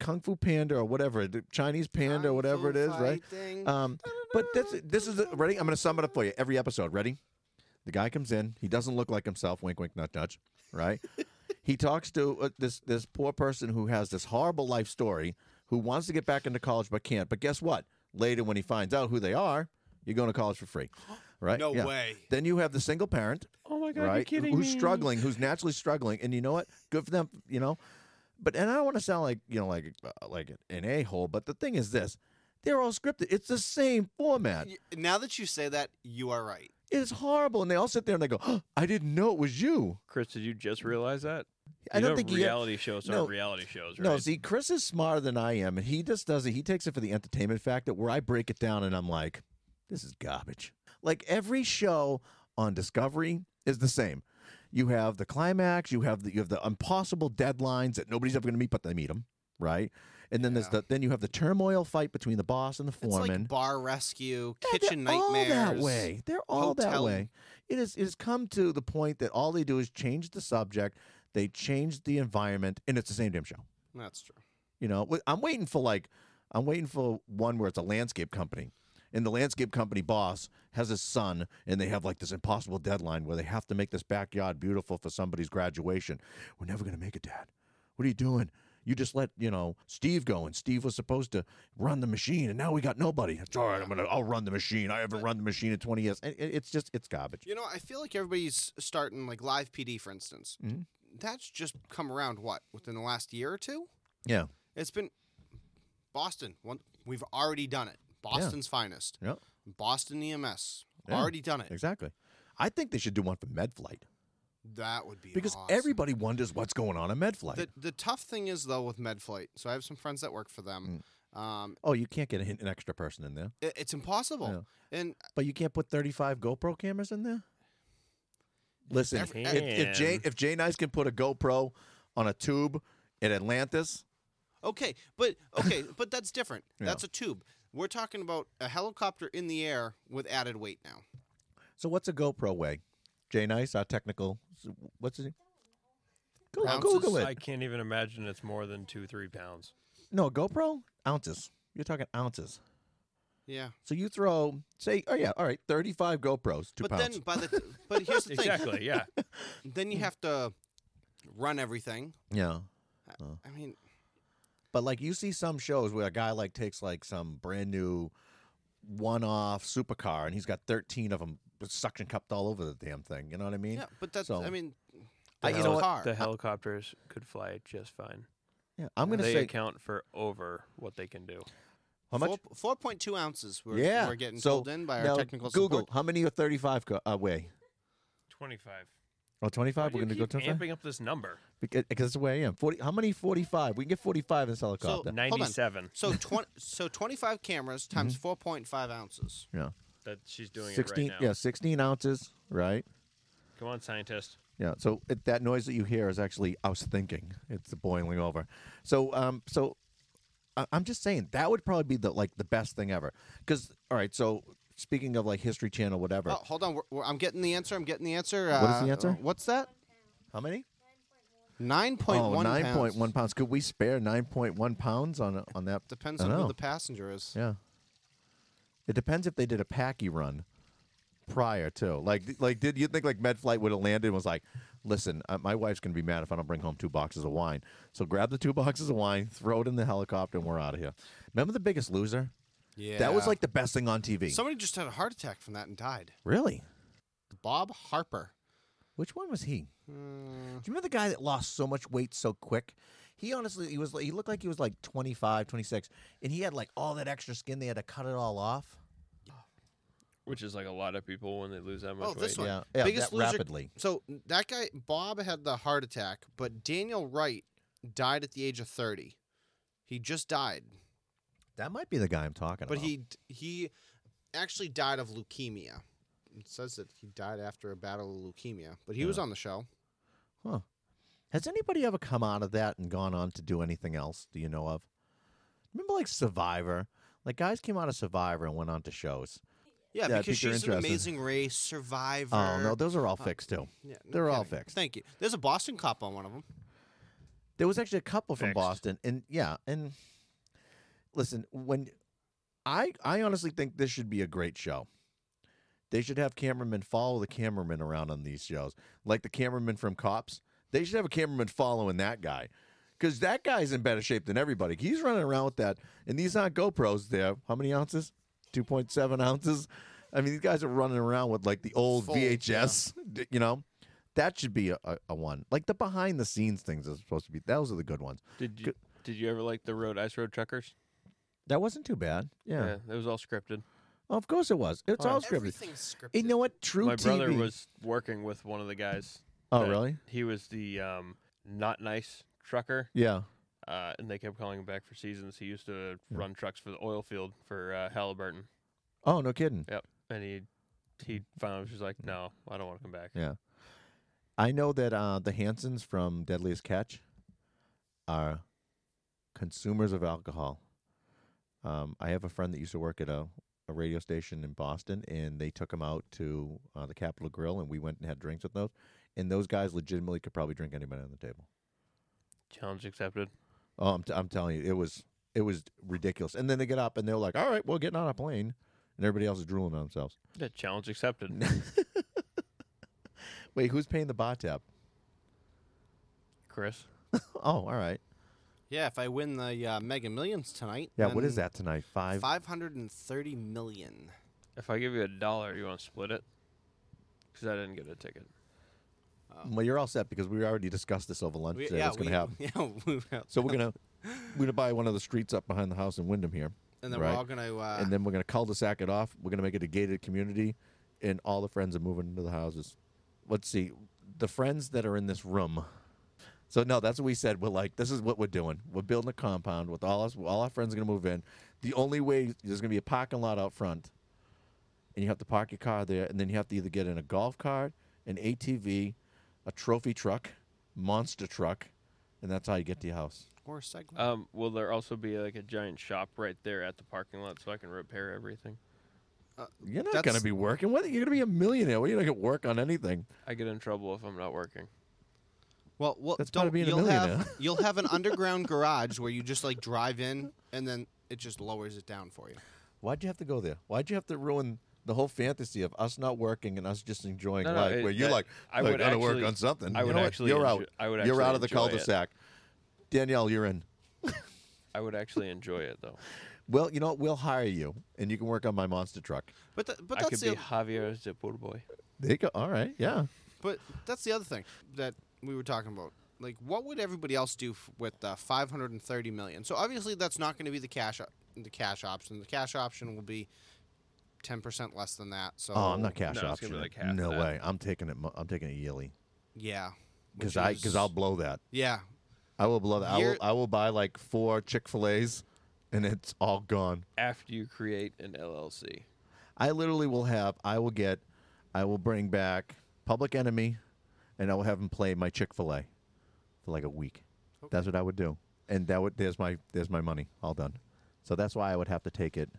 Speaker 1: Kung Fu Panda or whatever the Chinese panda or
Speaker 3: Kung
Speaker 1: whatever it
Speaker 3: Fu
Speaker 1: is, right?
Speaker 3: fighting.
Speaker 1: Um, but that's this is ready. I'm going to sum it up for you. Every episode, ready? The guy comes in. He doesn't look like himself. Wink, wink, nudge, nudge. Right? he talks to uh, this this poor person who has this horrible life story, who wants to get back into college but can't. But guess what? Later, when he finds out who they are, you're going to college for free. Right?
Speaker 3: no
Speaker 1: Yeah.
Speaker 3: way.
Speaker 1: Then you have the single parent,
Speaker 2: Oh my god, you're
Speaker 1: right?
Speaker 2: kidding
Speaker 1: Who's
Speaker 2: me.
Speaker 1: struggling? Who's naturally struggling? And you know what? Good for them. You know. But and I don't want to sound like you know like uh, like an a hole. But the thing is this. They're all scripted. It's the same format.
Speaker 3: Y- Now that you say that, you are right.
Speaker 1: It's horrible. And they all sit there and they go, "Huh, I didn't know it was you.
Speaker 2: Chris, did you just realize that?
Speaker 1: I
Speaker 2: You
Speaker 1: don't
Speaker 2: know
Speaker 1: think he.
Speaker 2: reality shows
Speaker 1: No.
Speaker 2: are reality shows, right?
Speaker 1: No, see, Chris is smarter than I am, and he just does it. He takes it for the entertainment factor. Where I break it down, and I'm like, "This is garbage." Like every show on Discovery is the same. You have the climax. You have the you have the impossible deadlines that nobody's ever going to meet, but they meet them, right? And then there's
Speaker 3: Yeah.
Speaker 1: the then you have the turmoil fight between the boss and the
Speaker 3: It's
Speaker 1: foreman.
Speaker 3: like bar rescue,
Speaker 1: Yeah,
Speaker 3: kitchen
Speaker 1: they're
Speaker 3: nightmares.
Speaker 1: All that way. They're all that
Speaker 3: hotel-
Speaker 1: way. It is. It has come to the point that all they do is change the subject. They change the environment, and it's the same damn show.
Speaker 3: That's true.
Speaker 1: You know, Wait, I'm waiting for like, I'm waiting for one where it's a landscape company, and the landscape company boss has a son, and they have like this impossible deadline where they have to make this backyard beautiful for somebody's graduation. We're never gonna make it, Dad. What are you doing? You just let you know Steve go, and Steve was supposed to run the machine, and now we got nobody. It's all right. I'm gonna. I'll run the machine. I haven't run the machine in 20 years. It- it- it's just. It's garbage.
Speaker 3: You know, I feel like everybody's starting like live PD, for instance.
Speaker 1: Mhm.
Speaker 3: That's just come around what within the last year or two.
Speaker 1: Yeah.
Speaker 3: it's been Boston. One, we've already done it. Boston's finest.
Speaker 1: Yep.
Speaker 3: Boston EMS
Speaker 1: Yeah.
Speaker 3: already done it.
Speaker 1: Exactly. I think they should do one for MedFlight
Speaker 3: That would be
Speaker 1: because
Speaker 3: awesome.
Speaker 1: everybody wonders what's going on at MedFlight.
Speaker 3: The, the tough thing is though with MedFlight. So I have some friends that work for them. Um,
Speaker 1: oh, you can't get a, an extra person in there.
Speaker 3: i- it's impossible. And
Speaker 1: But you can't put 35 GoPro cameras in there? Listen, if,
Speaker 3: Every-
Speaker 1: if Jay if Jay Nice can put a GoPro on a tube in Atlantis,
Speaker 3: okay, but okay, but that's different.
Speaker 1: Yeah.
Speaker 3: That's a tube. We're talking about a helicopter in the air with added weight now.
Speaker 1: so what's a GoPro weigh? Jay Nice, our technical, what's his name? Go,
Speaker 3: Ounces,
Speaker 1: Google it.
Speaker 2: I can't even imagine it's more than two, three pounds.
Speaker 1: no, GoPro ounces. You're talking ounces.
Speaker 3: Yeah.
Speaker 1: So you throw, say, oh yeah, all right, 35 GoPros, two
Speaker 3: but
Speaker 1: pounds.
Speaker 3: then by the but here's the thing.
Speaker 2: Exactly. Yeah.
Speaker 3: Then you have to run everything.
Speaker 1: yeah.
Speaker 3: I mean,
Speaker 1: But like you see some shows where a guy like takes like some brand new one-off supercar and he's got 13 of them suction cupped all over the damn thing. You know what I mean?
Speaker 3: yeah, but that's
Speaker 1: So-
Speaker 3: I mean,
Speaker 1: I-
Speaker 3: that's
Speaker 1: you know
Speaker 3: a
Speaker 1: what?
Speaker 3: car.
Speaker 2: The helicopters could fly just fine.
Speaker 1: Yeah, I'm gonna
Speaker 2: they
Speaker 1: say
Speaker 2: account for over what they can do.
Speaker 1: how much?
Speaker 3: Four point two ounces. We're,
Speaker 1: yeah,
Speaker 3: we're getting
Speaker 1: so
Speaker 3: told in by our
Speaker 1: now
Speaker 3: technical
Speaker 1: Google
Speaker 3: support.
Speaker 1: how many are 35 co- uh, weigh?
Speaker 2: Twenty-five.
Speaker 1: Oh, 25.
Speaker 2: Why
Speaker 1: We're
Speaker 2: do
Speaker 1: gonna
Speaker 2: you
Speaker 1: go
Speaker 2: keep
Speaker 1: 25
Speaker 2: amping up this number.
Speaker 1: because that's where I am. 40. How many 45? We can get 45 in this helicopter.
Speaker 3: Hold on.
Speaker 2: Ninety-seven.
Speaker 3: So twenty. so twenty five cameras
Speaker 1: Mm-hmm.
Speaker 3: times point five ounces.
Speaker 1: yeah,
Speaker 2: That she's doing
Speaker 1: 16.
Speaker 2: it right now.
Speaker 1: yeah, 16 ounces. Right.
Speaker 2: Come on, scientist.
Speaker 1: Yeah. So it, that noise that you hear is actually I was thinking. It's the boiling over. So um so I, I'm just saying that would probably be the like the best thing ever. Because all right, so speaking of like History Channel, whatever.
Speaker 3: Oh, hold on. We're, we're, I'm getting the answer. I'm getting the answer. Uh,
Speaker 1: What is the answer?
Speaker 3: What's that?
Speaker 1: How many?
Speaker 3: Nine point one.
Speaker 1: oh, 9.1 pounds. Could we spare 9.1 pounds on a- on that?
Speaker 3: Depends
Speaker 1: I
Speaker 3: on who
Speaker 1: know.
Speaker 3: the passenger is.
Speaker 1: Yeah. It depends if they did a packy run prior to. Like, like did you think like MedFlight would have landed and was like, listen, uh, my wife's going to be mad if I don't bring home two boxes of wine. So grab the two boxes of wine, throw it in the helicopter, and we're out of here. Remember The Biggest Loser?
Speaker 3: Yeah.
Speaker 1: That was like the best thing on TV.
Speaker 3: somebody just had a heart attack from that and died.
Speaker 1: really?
Speaker 3: Bob Harper.
Speaker 1: Which one was he? Do you remember the guy that lost so much weight so quick? He honestly, he was he looked like he was like 25, 26, and he had like all that extra skin. They had to cut it all off.
Speaker 2: which is like a lot of people when they lose that much
Speaker 3: Oh,
Speaker 2: weight.
Speaker 3: this one.
Speaker 1: Yeah, yeah
Speaker 3: Biggest
Speaker 1: that
Speaker 3: loser-
Speaker 1: rapidly.
Speaker 3: So that guy Bob had the heart attack, but Daniel Wright died at the age of 30. He just died,
Speaker 1: That might be the guy I'm talking
Speaker 3: but
Speaker 1: about.
Speaker 3: he he actually died of leukemia. It says that he died after a battle of leukemia, but he was
Speaker 1: Yeah.
Speaker 3: on the show.
Speaker 1: Has anybody ever come out of that and gone on to do anything else? Do you know of? Remember, like Survivor, like guys came out of Survivor and went on to shows.
Speaker 3: Yeah,
Speaker 1: Yeah, I
Speaker 3: because
Speaker 1: think you're
Speaker 3: she's an
Speaker 1: interested.
Speaker 3: amazing race survivor.
Speaker 1: Oh no, those are all
Speaker 3: Uh,
Speaker 1: fixed too.
Speaker 3: yeah, no
Speaker 1: they're all
Speaker 3: kidding.
Speaker 1: fixed.
Speaker 3: Thank you. There's a Boston cop on one of them.
Speaker 1: There was actually a couple from
Speaker 2: Fixed.
Speaker 1: Boston, and yeah, and listen, when I I honestly think this should be a great show. They should have cameramen follow the cameraman around on these shows, like the cameraman from Cops. They should have a cameraman following that guy, because that guy's in better shape than everybody. He's running around with that, and these aren't GoPros. There, how many ounces? Two point seven ounces. I mean, these guys are running around with like the old
Speaker 3: Full, yeah.
Speaker 1: VHS. d- You know, that should be a, a, a one. Like the behind the scenes things are supposed to be. Those are the good ones.
Speaker 2: Did you did you ever like the road ice road truckers?
Speaker 1: That wasn't too bad. Yeah,
Speaker 2: that was all scripted.
Speaker 1: of course it was. It's
Speaker 2: Oh,
Speaker 1: all scripted.
Speaker 3: Everything's scripted.
Speaker 1: And you know what? True
Speaker 2: My brother
Speaker 1: TV.
Speaker 2: was working with one of the guys.
Speaker 1: Oh
Speaker 2: that-
Speaker 1: really?
Speaker 2: He was the um, not nice trucker,
Speaker 1: Yeah.
Speaker 2: uh, and they kept calling him back for seasons. He used to run trucks for the oil field for uh, Halliburton,
Speaker 1: Oh no kidding.
Speaker 2: and he he finally was just like, "No, I don't want to come back."
Speaker 1: Yeah. I know that uh, the Hansons from Deadliest Catch are consumers of alcohol. Um, I have a friend that used to work at a, a radio station in Boston, and they took him out to uh, the Capitol Grill, and we went and had drinks with those. And those guys legitimately could probably drink anybody on the table.
Speaker 2: Challenge accepted.
Speaker 1: Oh, I'm, t- I'm telling you, it was it was ridiculous. And then they get up and they're like, "All right, we're getting on a plane," and everybody else is drooling on themselves.
Speaker 2: Yeah, challenge accepted.
Speaker 1: Wait, who's paying the bar tab?
Speaker 2: Chris,
Speaker 1: Oh, all right.
Speaker 3: Yeah, if I win the uh, Mega Millions tonight.
Speaker 1: Yeah, what is
Speaker 3: then
Speaker 1: that tonight? Five.
Speaker 3: 530 million.
Speaker 2: if I give you a dollar, you want to split it? Because I didn't get a ticket.
Speaker 1: Well, you're all set because we already discussed this over lunch
Speaker 3: We-
Speaker 1: today. what's going to happen?
Speaker 3: we- Yeah, we-
Speaker 1: So we're gonna we're gonna buy one of the streets up behind the house in Wyndham here,
Speaker 3: and then
Speaker 1: right.
Speaker 3: we're all going to. Uh,
Speaker 1: and then we're gonna cul-de-sac it off. We're gonna make it a gated community, and all the friends are moving into the houses. Let's see the friends that are in this room. So no, that's what we said. We're like, this is what we're doing. We're building a compound with all us. All our friends are gonna move in. The only way there's gonna be a parking lot out front, and you have to park your car there, and then you have to either get in a golf cart, an ATV, a trophy truck, monster truck, and that's how you get to your house.
Speaker 3: or segment.
Speaker 2: Um, will there also be like a giant shop right there at the parking lot so I can repair everything?
Speaker 1: You're not
Speaker 3: That's-
Speaker 1: going to be working. What, you're going to be a millionaire. What, You're not going to work on anything.
Speaker 2: I get in trouble if I'm not working.
Speaker 3: well, well
Speaker 1: that's part
Speaker 3: don't,
Speaker 1: of being a
Speaker 3: you'll, have,
Speaker 1: millionaire.
Speaker 3: you'll have an underground garage where you just like drive in and then it just lowers it down for you.
Speaker 1: Why'd you have to go there? Why'd you have to ruin the whole fantasy of us not working and us just enjoying
Speaker 2: No, no,
Speaker 1: life?
Speaker 2: it-
Speaker 1: where you're
Speaker 2: that-
Speaker 1: like,
Speaker 2: I
Speaker 1: I
Speaker 2: would
Speaker 1: got to work
Speaker 2: actually-
Speaker 1: on something.
Speaker 2: I
Speaker 1: You
Speaker 2: would
Speaker 1: know what?
Speaker 2: actually
Speaker 1: You're
Speaker 2: enjo-
Speaker 1: out.
Speaker 2: I would
Speaker 1: you're
Speaker 2: actually
Speaker 1: out of the
Speaker 2: enjoy it.
Speaker 1: cul-de-sac. Danielle, you're in.
Speaker 2: I would actually enjoy it though.
Speaker 1: Well, you know what? We'll hire you, and you can work on my monster truck.
Speaker 3: But th- but
Speaker 2: I could
Speaker 3: that's
Speaker 2: be
Speaker 3: the,
Speaker 2: Javier Zipur boy.
Speaker 1: They go. All right. Yeah.
Speaker 3: but that's the other thing that we were talking about. Like what would everybody else do f- with uh, 530 million? So obviously that's not going to be the cash op- the cash option. The cash option will be 10% less than that. So
Speaker 1: Oh, I'm not cash
Speaker 2: it's gonna
Speaker 1: option.
Speaker 2: be like half
Speaker 1: no
Speaker 2: that.
Speaker 1: way. I'm taking it. mo- I'm taking it yearly
Speaker 3: Yeah.
Speaker 1: because
Speaker 3: which
Speaker 1: I
Speaker 3: is-
Speaker 1: because I'll blow that.
Speaker 3: Yeah.
Speaker 1: I will blow that. I will.
Speaker 3: Year-
Speaker 1: I will buy like four Chick Fil A's, and it's all gone.
Speaker 2: After you create an LLC,
Speaker 1: I literally will have, I will get, I will bring back Public Enemy, and I will have him play my Chick Fil A for like a week. That's what I would do, and that would there's my there's my money all done. So that's why I would have to take it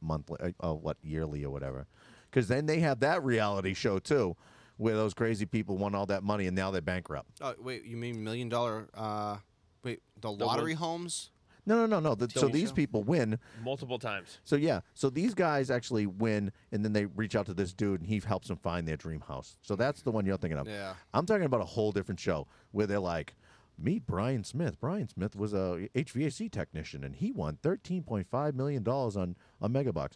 Speaker 1: monthly, uh, oh, what yearly or whatever, because then they have that reality show too, where those crazy people won all that money and now they're bankrupt.
Speaker 3: Oh, wait, you mean million dollar uh wait, the lottery homes?
Speaker 1: No, no, no, no. The, so
Speaker 3: Double
Speaker 1: these
Speaker 3: show?
Speaker 1: people win.
Speaker 2: multiple times.
Speaker 1: So yeah, so these guys actually win, and then they reach out to this dude, and he helps them find their dream house. So that's the one you're thinking of.
Speaker 3: Yeah.
Speaker 1: I'm talking about a whole different show where they're like, meet Brian Smith. Brian Smith was a HVAC technician, and he won 13.5 million dollars on on Megabox.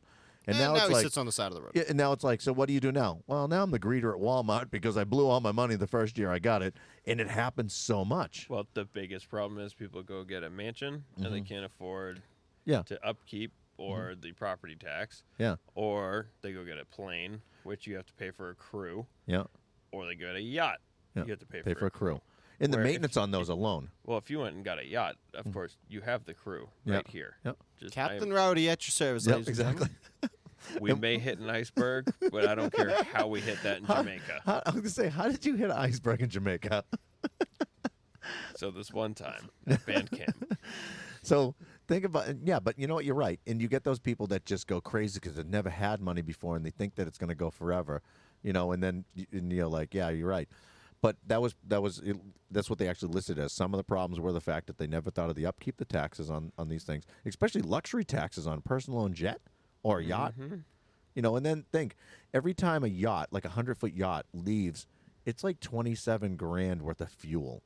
Speaker 1: And
Speaker 3: Eh,
Speaker 1: now, it's
Speaker 3: he
Speaker 1: like,
Speaker 3: sits on the side of the road.
Speaker 1: yeah, and now it's like, so what do you do now? Well, now I'm the greeter at Walmart because I blew all my money the first year I got it, and it happens so much.
Speaker 2: Well, the biggest problem is people go get a mansion and they can't afford
Speaker 1: Mm-hmm. Yeah. Mm-hmm.
Speaker 2: to upkeep or the property tax.
Speaker 1: Yeah.
Speaker 2: Or they go get a plane, which you have to pay for a crew,
Speaker 1: Yeah,
Speaker 2: or they go to a yacht.
Speaker 1: Yeah,
Speaker 2: You have to pay,
Speaker 1: pay for a crew, and the
Speaker 2: Where if
Speaker 1: maintenance on those alone.
Speaker 2: Well, if you went and got a yacht, of course you have the crew
Speaker 1: Mm. Yeah.
Speaker 2: right here.
Speaker 1: Yep.
Speaker 2: Just, I am-
Speaker 3: Captain Rowdy at your service.
Speaker 1: Yep,
Speaker 3: ladies and gentlemen.
Speaker 1: exactly.
Speaker 2: we may hit an iceberg, but I don't care how we hit that in
Speaker 1: Huh?
Speaker 2: Jamaica.
Speaker 1: How, I was gonna say, how did you hit an iceberg in Jamaica?
Speaker 2: So this one time, at band camp.
Speaker 1: So think about yeah, but you know what? You're right, and you get those people that just go crazy because they've never had money before, and they think that it's going to go forever, you know. And then y- and you're like, yeah, you're right. But that was that was it, that's what they actually listed as. Some of the problems were the fact that they never thought of the upkeep, the taxes on on these things, especially luxury taxes on a personal owned jet or a yacht.
Speaker 2: Mm-hmm.
Speaker 1: You know, and then think every time a yacht, like a hundred foot yacht, leaves, it's like twenty seven grand worth of fuel.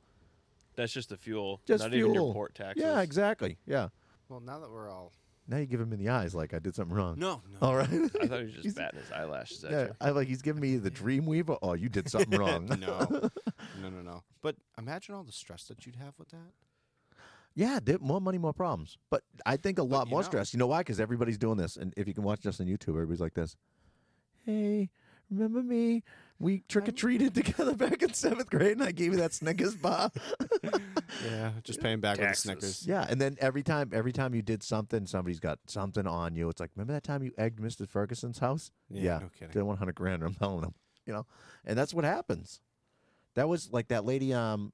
Speaker 2: That's just the fuel,
Speaker 1: Just
Speaker 2: not
Speaker 1: fuel.
Speaker 2: even your port taxes.
Speaker 1: Yeah, exactly. Yeah.
Speaker 3: Well, now that we're all
Speaker 1: Now you give him in the eyes like I did something wrong.
Speaker 3: no, no.
Speaker 1: All right.
Speaker 2: I thought he was just batting his eyelashes at
Speaker 1: yeah,
Speaker 2: you.
Speaker 1: I like he's giving me the Dreamweaver. Oh, you did something wrong.
Speaker 3: no, no, no, no. But imagine all the stress that you'd have with that.
Speaker 1: yeah, there- more money, more problems. But I think a lot
Speaker 3: you
Speaker 1: more
Speaker 3: know.
Speaker 1: stress. You know why? Because everybody's doing this, and if you can watch us on YouTube, everybody's like this. Hey, remember me? We trick or treated together back in seventh grade, and I gave you that Snickers bar.
Speaker 3: Yeah, just paying back
Speaker 2: Taxes.
Speaker 3: with the Snickers.
Speaker 1: yeah, and then every time, every time you did something, somebody's got something on you. It's like, remember that time you egged Mr. Ferguson's house?
Speaker 3: Yeah, no kidding.
Speaker 1: Did one hundred grand. I'm telling them, you know, and that's what happens. That was like that lady, um,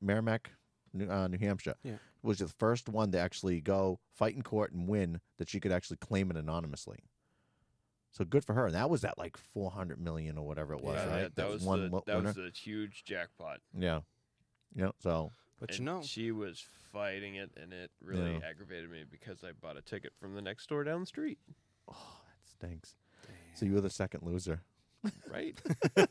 Speaker 1: Merrimack, New, uh, New Hampshire.
Speaker 3: Yeah.
Speaker 1: was the first one to actually go fight in court and win that she could actually claim it anonymously. So good for her. And that was at like four hundred million or whatever it was,
Speaker 3: Yeah,
Speaker 1: right?
Speaker 2: that, that was the,
Speaker 1: lo-
Speaker 2: that
Speaker 1: winner.
Speaker 2: was the huge jackpot.
Speaker 1: yeah, yeah. So
Speaker 3: But you
Speaker 2: and
Speaker 3: know,
Speaker 2: she was fighting it, and it really
Speaker 1: Yeah.
Speaker 2: aggravated me because I bought a ticket from the next store down the street.
Speaker 1: oh, that stinks. So you were the second loser.
Speaker 2: Right?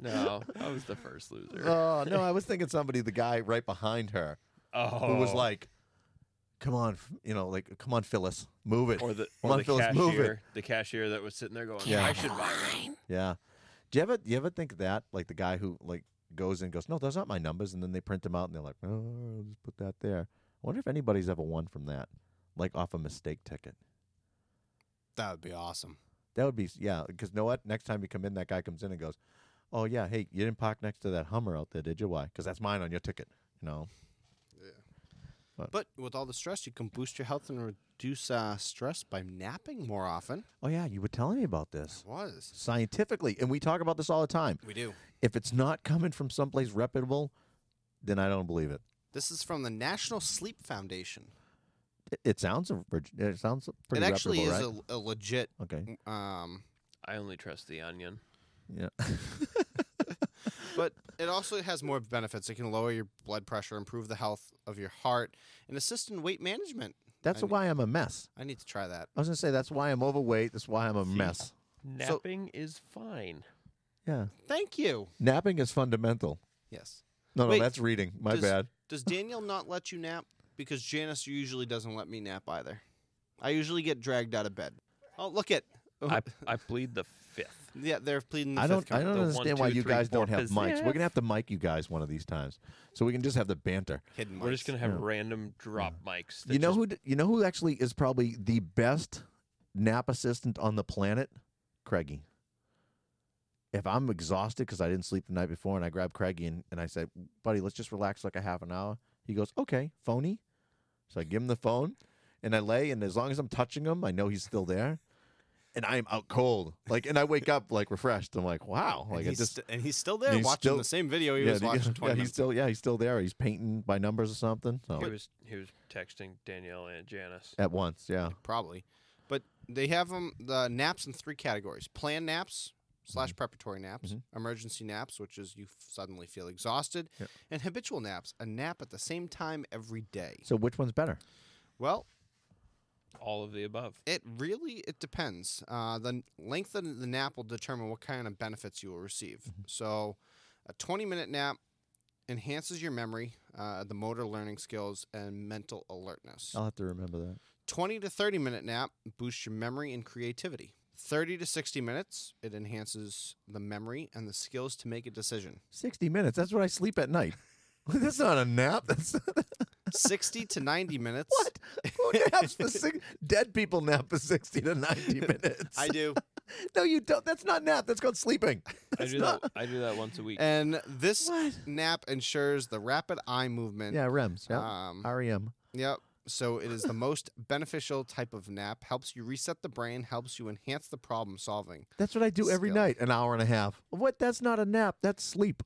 Speaker 2: no, I was the first loser.
Speaker 1: Oh no, I was thinking somebody, the guy right behind her,
Speaker 2: oh,
Speaker 1: Uh, who was like, "Come on, f- you know, like, come on, Phyllis, move it."
Speaker 2: or the
Speaker 1: Come
Speaker 2: or
Speaker 1: on,
Speaker 2: the
Speaker 1: Phyllis, move it.
Speaker 2: cashier, the cashier that was sitting there going,
Speaker 1: Yeah.
Speaker 2: "I should buy one."
Speaker 1: Yeah. Do you ever do you ever think that like the guy who like goes in and goes, no, those aren't my numbers, and then they print them out and they're like, oh, I'll just put that there. I wonder if anybody's ever won from that, like off a mistake ticket.
Speaker 3: that would be awesome.
Speaker 1: That would be yeah, because know what? Next time you come in, that guy comes in and goes, oh yeah, hey, you didn't park next to that Hummer out there, did you? Why? Because that's mine on your ticket. You know.
Speaker 3: But with all the stress, you can boost your health and reduce uh, stress by napping more often.
Speaker 1: Oh yeah, you were telling me about this
Speaker 3: Was
Speaker 1: scientifically, and we talk about this all the time.
Speaker 3: we do.
Speaker 1: If it's not coming from someplace reputable, then I don't believe it.
Speaker 3: This is from the National Sleep Foundation.
Speaker 1: It, it sounds a- it sounds pretty
Speaker 3: it actually is
Speaker 1: reputable, right?
Speaker 3: a, a legit.
Speaker 1: okay.
Speaker 3: Um,
Speaker 2: I only trust the onion.
Speaker 1: Yeah.
Speaker 3: but it also has more benefits. It can lower your blood pressure, improve the health of your heart, and assist in weight management.
Speaker 1: That's
Speaker 3: I mean-
Speaker 1: why I'm a mess.
Speaker 3: I need to try that.
Speaker 1: I was going to say, that's why I'm overweight. That's why I'm a mess.
Speaker 2: Napping is fine.
Speaker 1: Yeah.
Speaker 3: Thank you.
Speaker 1: Napping is fundamental.
Speaker 3: Yes.
Speaker 1: No, no,
Speaker 3: Wait,
Speaker 1: that's reading. My
Speaker 3: does-
Speaker 1: bad.
Speaker 3: Does Daniel not let you nap? Because Janice usually doesn't let me nap either. I usually get dragged out of bed. Oh, look at.
Speaker 2: I, I plead the fifth.
Speaker 3: yeah, they're pleading the
Speaker 1: I don't,
Speaker 3: fifth.
Speaker 1: I
Speaker 3: count.
Speaker 1: don't
Speaker 2: the one,
Speaker 1: understand why
Speaker 2: two,
Speaker 1: you
Speaker 2: three,
Speaker 1: guys
Speaker 2: four,
Speaker 1: don't have
Speaker 2: cause-
Speaker 1: mics. We're going to
Speaker 2: Yeah.
Speaker 1: have to mic you guys one of these times so we can just have the banter.
Speaker 3: Hidden
Speaker 2: We're just
Speaker 3: mics.
Speaker 2: gonna have random drop mics. That
Speaker 1: you know
Speaker 2: just-
Speaker 1: who d- you know who actually is probably the best nap assistant on the planet? Craigie. If I'm exhausted because I didn't sleep the night before and I grab Craigie and, and I say, buddy, let's just relax like a half an hour. He goes, okay, phony. So I give him the phone and I lay, and as long as I'm touching him, I know he's still there. And I am out cold. Like, and I wake up like refreshed. I'm like, wow. Like,
Speaker 3: and,
Speaker 1: I
Speaker 3: he's
Speaker 1: just.
Speaker 3: st- and he's still there
Speaker 1: he's
Speaker 3: watching
Speaker 1: still-
Speaker 3: the same video he was
Speaker 1: the-
Speaker 3: watching 20
Speaker 1: yeah, he's
Speaker 3: minutes
Speaker 1: still yeah, he's still there. He's painting by numbers or something. So
Speaker 2: He was he was texting Danielle and Janice.
Speaker 1: at once, yeah.
Speaker 3: probably. But they have them the naps in three categories: planned naps
Speaker 1: Mm-hmm.
Speaker 3: slash preparatory naps, emergency naps, which is you f- suddenly feel exhausted,
Speaker 1: Yep.
Speaker 3: and habitual naps, a nap at the same time every day.
Speaker 1: So which one's better?
Speaker 3: Well,
Speaker 2: All of the above.
Speaker 3: it really it depends. Uh, the n- length of the nap will determine what kind of benefits you will receive.
Speaker 1: Mm-hmm.
Speaker 3: So, a 20 minute nap enhances your memory, uh, the motor learning skills, and mental alertness.
Speaker 1: I'll have to remember that.
Speaker 3: 20 to 30 minute nap boosts your memory and creativity. 30 to 60 minutes, it enhances the memory and the skills to make a decision.
Speaker 1: 60 minutes. That's what I sleep at night. That's not a nap. That's
Speaker 3: 60 to 90 minutes.
Speaker 1: what? Who naps for six? Dead people nap for 60 to 90 minutes.
Speaker 3: I do.
Speaker 1: no, you don't. That's not nap. That's called sleeping.
Speaker 4: I do that. I do that once a week.
Speaker 3: And this
Speaker 1: What?
Speaker 3: nap ensures the rapid eye movement.
Speaker 1: Yeah, REMs. E Yeah.
Speaker 3: Um,
Speaker 1: REM.
Speaker 3: Yep. So it is the most beneficial type of nap. Helps you reset the brain, helps you enhance the problem solving.
Speaker 1: That's what I do every
Speaker 3: skill.
Speaker 1: night, an hour and a half. What? That's not a nap. That's sleep.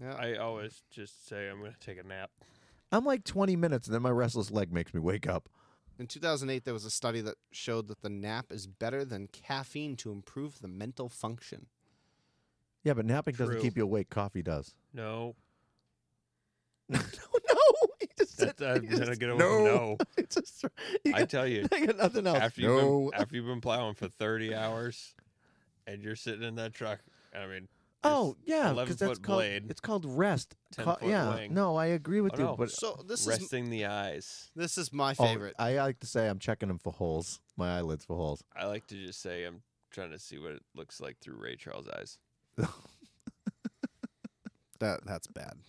Speaker 3: Yeah.
Speaker 2: I always just say I'm gonna take a nap.
Speaker 1: I'm like 20 minutes, and then my restless leg makes me wake up.
Speaker 3: In 2008, there was a study that showed that the nap is better than caffeine to improve the mental function.
Speaker 1: Yeah, but napping doesn't
Speaker 2: True.
Speaker 1: keep you awake. Coffee does.
Speaker 2: No,
Speaker 1: no, no. He just said,
Speaker 2: that's, I'm
Speaker 1: he just-
Speaker 2: gonna get away
Speaker 1: no.
Speaker 2: from no.
Speaker 1: He just, he
Speaker 4: I
Speaker 1: got,
Speaker 4: tell you,
Speaker 1: I got nothing else.
Speaker 4: after you've
Speaker 1: no.
Speaker 4: been, after you've been plowing for 30 hours, and you're sitting in that truck. I mean,
Speaker 1: oh, yeah,
Speaker 4: 11
Speaker 1: because that's
Speaker 4: foot
Speaker 1: called
Speaker 4: blade,
Speaker 1: it's called rest.
Speaker 4: 10
Speaker 1: Ca-
Speaker 4: foot
Speaker 1: yeah,
Speaker 4: wing.
Speaker 1: no, I agree with
Speaker 4: Oh,
Speaker 1: you.
Speaker 4: no.
Speaker 1: But
Speaker 3: So this is
Speaker 4: resting the eyes.
Speaker 3: this is my
Speaker 1: oh,
Speaker 3: favorite.
Speaker 1: I like to say I'm checking them for holes, my eyelids for holes.
Speaker 4: I like to just say I'm trying to see what it looks like through Ray Charles' eyes.
Speaker 3: that that's bad.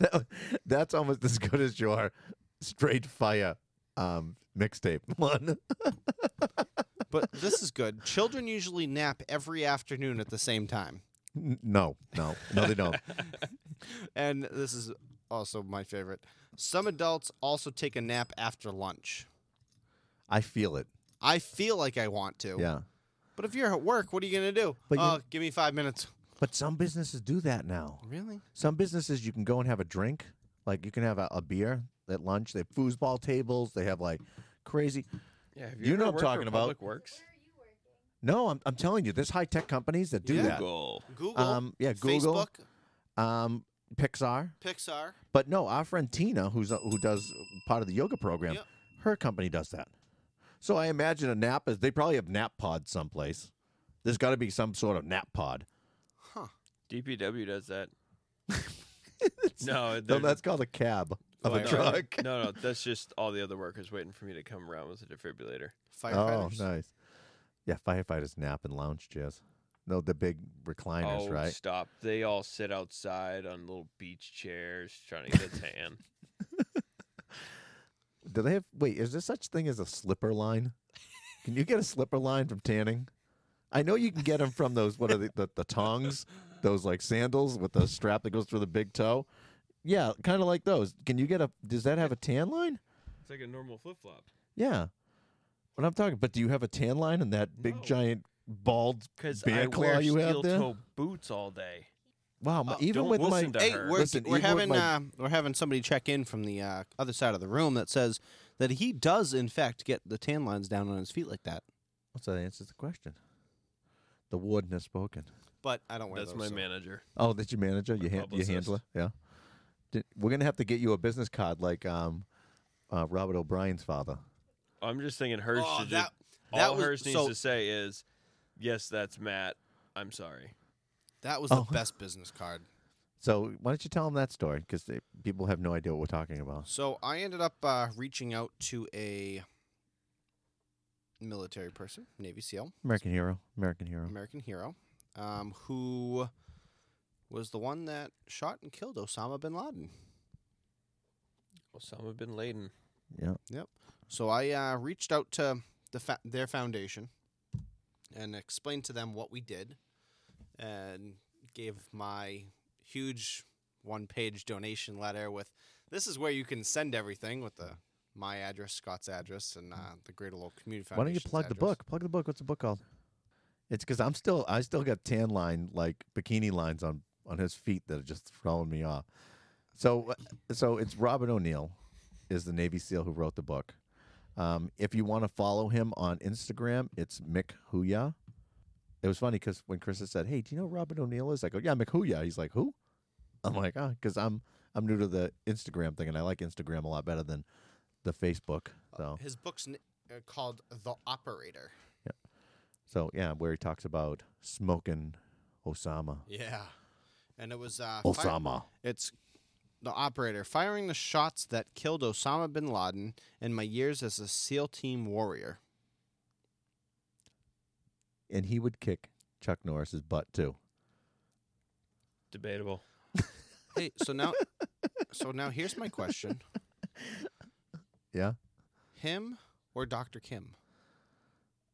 Speaker 1: That- that's almost as good as your straight fire um, mixtape one.
Speaker 3: But this is good. Children usually nap every afternoon at the same time.
Speaker 1: N- No, no, no, they don't.
Speaker 3: And this is also my favorite. Some adults also take a nap after lunch.
Speaker 1: I feel it.
Speaker 3: I feel like I want to.
Speaker 1: Yeah.
Speaker 3: But if you're at work, what are you gonna do?
Speaker 1: But you-
Speaker 3: oh, give me five minutes.
Speaker 1: But some businesses do that now.
Speaker 3: Really?
Speaker 1: Some businesses you can go and have a drink. Like you can have a, a beer at lunch. They have foosball tables. They have like crazy.
Speaker 4: Yeah, have
Speaker 1: You
Speaker 4: ever
Speaker 1: know what I'm
Speaker 4: worked for
Speaker 1: talking about.
Speaker 4: Public Works.
Speaker 1: No, I'm, I'm telling you, there's high tech companies that do
Speaker 3: Yeah.
Speaker 4: Google.
Speaker 3: Google,
Speaker 1: that. Um, yeah, Google,
Speaker 3: Facebook,
Speaker 1: um, Pixar.
Speaker 3: Pixar.
Speaker 1: But no, our friend Tina, who's uh, who does part of the yoga program,
Speaker 3: Yep.
Speaker 1: her company does that. So I imagine a nap is they probably have nap pods someplace. There's got to be some sort of nap pod.
Speaker 3: Huh.
Speaker 4: DPW does that. no,
Speaker 1: No,
Speaker 4: there's-
Speaker 1: that's called a cab of
Speaker 4: Why
Speaker 1: a
Speaker 4: not?
Speaker 1: truck.
Speaker 4: no, no, that's just all the other workers waiting for me to come around with a defibrillator.
Speaker 1: Oh,
Speaker 3: Firefighters.
Speaker 1: nice. Yeah, firefighters nap in lounge chairs. No, the big recliners,
Speaker 4: oh,
Speaker 1: right?
Speaker 4: stop! They all sit outside on little beach chairs trying to get a tan.
Speaker 1: Do they have? Wait, is there such thing as a slipper line? Can you get a slipper line from tanning? I know you can get them from those. What are the the, the tongs? Those like sandals with the strap that goes through the big toe. Yeah, kind of like those. Can you get a? Does that have a tan line?
Speaker 4: it's like a normal flip flop.
Speaker 1: Yeah. What I'm talking, but do you have a tan line in that big
Speaker 4: No.
Speaker 1: giant bald
Speaker 4: Because I
Speaker 1: bear claw
Speaker 4: wear
Speaker 1: you have
Speaker 4: steel
Speaker 1: there?
Speaker 4: toe boots all day.
Speaker 1: Wow, my, even
Speaker 4: Don't
Speaker 1: with my
Speaker 4: listen to
Speaker 3: Hey,
Speaker 4: her.
Speaker 3: we're,
Speaker 1: Listen,
Speaker 3: we're
Speaker 1: even with
Speaker 3: having
Speaker 1: my-
Speaker 3: uh, we're having somebody check in from the uh, other side of the room that says that he does in fact get the tan lines down on his feet like that.
Speaker 1: so that answers the question. The warden has spoken.
Speaker 3: But I don't wear
Speaker 4: That's
Speaker 3: those,
Speaker 4: my
Speaker 3: so-
Speaker 4: manager.
Speaker 1: Oh, that's your manager, your,
Speaker 4: My
Speaker 1: hand, your
Speaker 4: publicist.
Speaker 1: handler. Yeah, Did, we're gonna have to get you a business card like um, uh, Robert O'Brien's father.
Speaker 4: I'm just thinking hers.
Speaker 3: Oh,
Speaker 4: should
Speaker 3: that,
Speaker 4: just,
Speaker 3: that
Speaker 4: all
Speaker 3: was
Speaker 4: hers needs
Speaker 3: so
Speaker 4: to say is, "Yes, that's Matt. I'm sorry."
Speaker 3: that was
Speaker 1: Oh.
Speaker 3: the best business card.
Speaker 1: So why don't you tell him that story? Because people have no idea what we're talking about.
Speaker 3: So I ended up uh, reaching out to a military person, Navy SEAL,
Speaker 1: American hero, American hero.
Speaker 3: American hero, um, who was the one that shot and killed Osama bin Laden.
Speaker 4: Osama bin Laden.
Speaker 1: Yeah.
Speaker 3: So I uh, reached out to the fa- their foundation and explained to them what we did and gave my huge one page donation letter with this is where you can send everything with the my address, Scott's address, and uh, the Greater Lowell Community Foundation.
Speaker 1: Why don't you plug the book? Plug the book. What's the book called? It's because I'm still I still got tan line like bikini lines on on his feet that are just throwing me off. So uh, so it's Robert O'Neill is the Navy SEAL who wrote the book. Um, if you want to follow him on Instagram, it's Mick Huya. It was funny because when Chris said, "Hey, do you know who Robert O'Neill is?" I go, "Yeah, Mick Huya." He's like, "Who?" I'm like, "Ah," because I'm I'm new to the Instagram thing, and I like Instagram a lot better than the Facebook. So
Speaker 3: His book's n- uh, called The Operator.
Speaker 1: So yeah, where he talks about smoking Osama.
Speaker 3: Yeah. And it was uh, fire-
Speaker 1: Osama.
Speaker 3: It's the operator firing the shots that killed Osama bin Laden in my years as a SEAL team warrior.
Speaker 1: and he would kick Chuck Norris's butt too.
Speaker 4: Debatable.
Speaker 3: Hey, so now, so now here's my question:
Speaker 1: Yeah,
Speaker 3: him or Dr. Kim?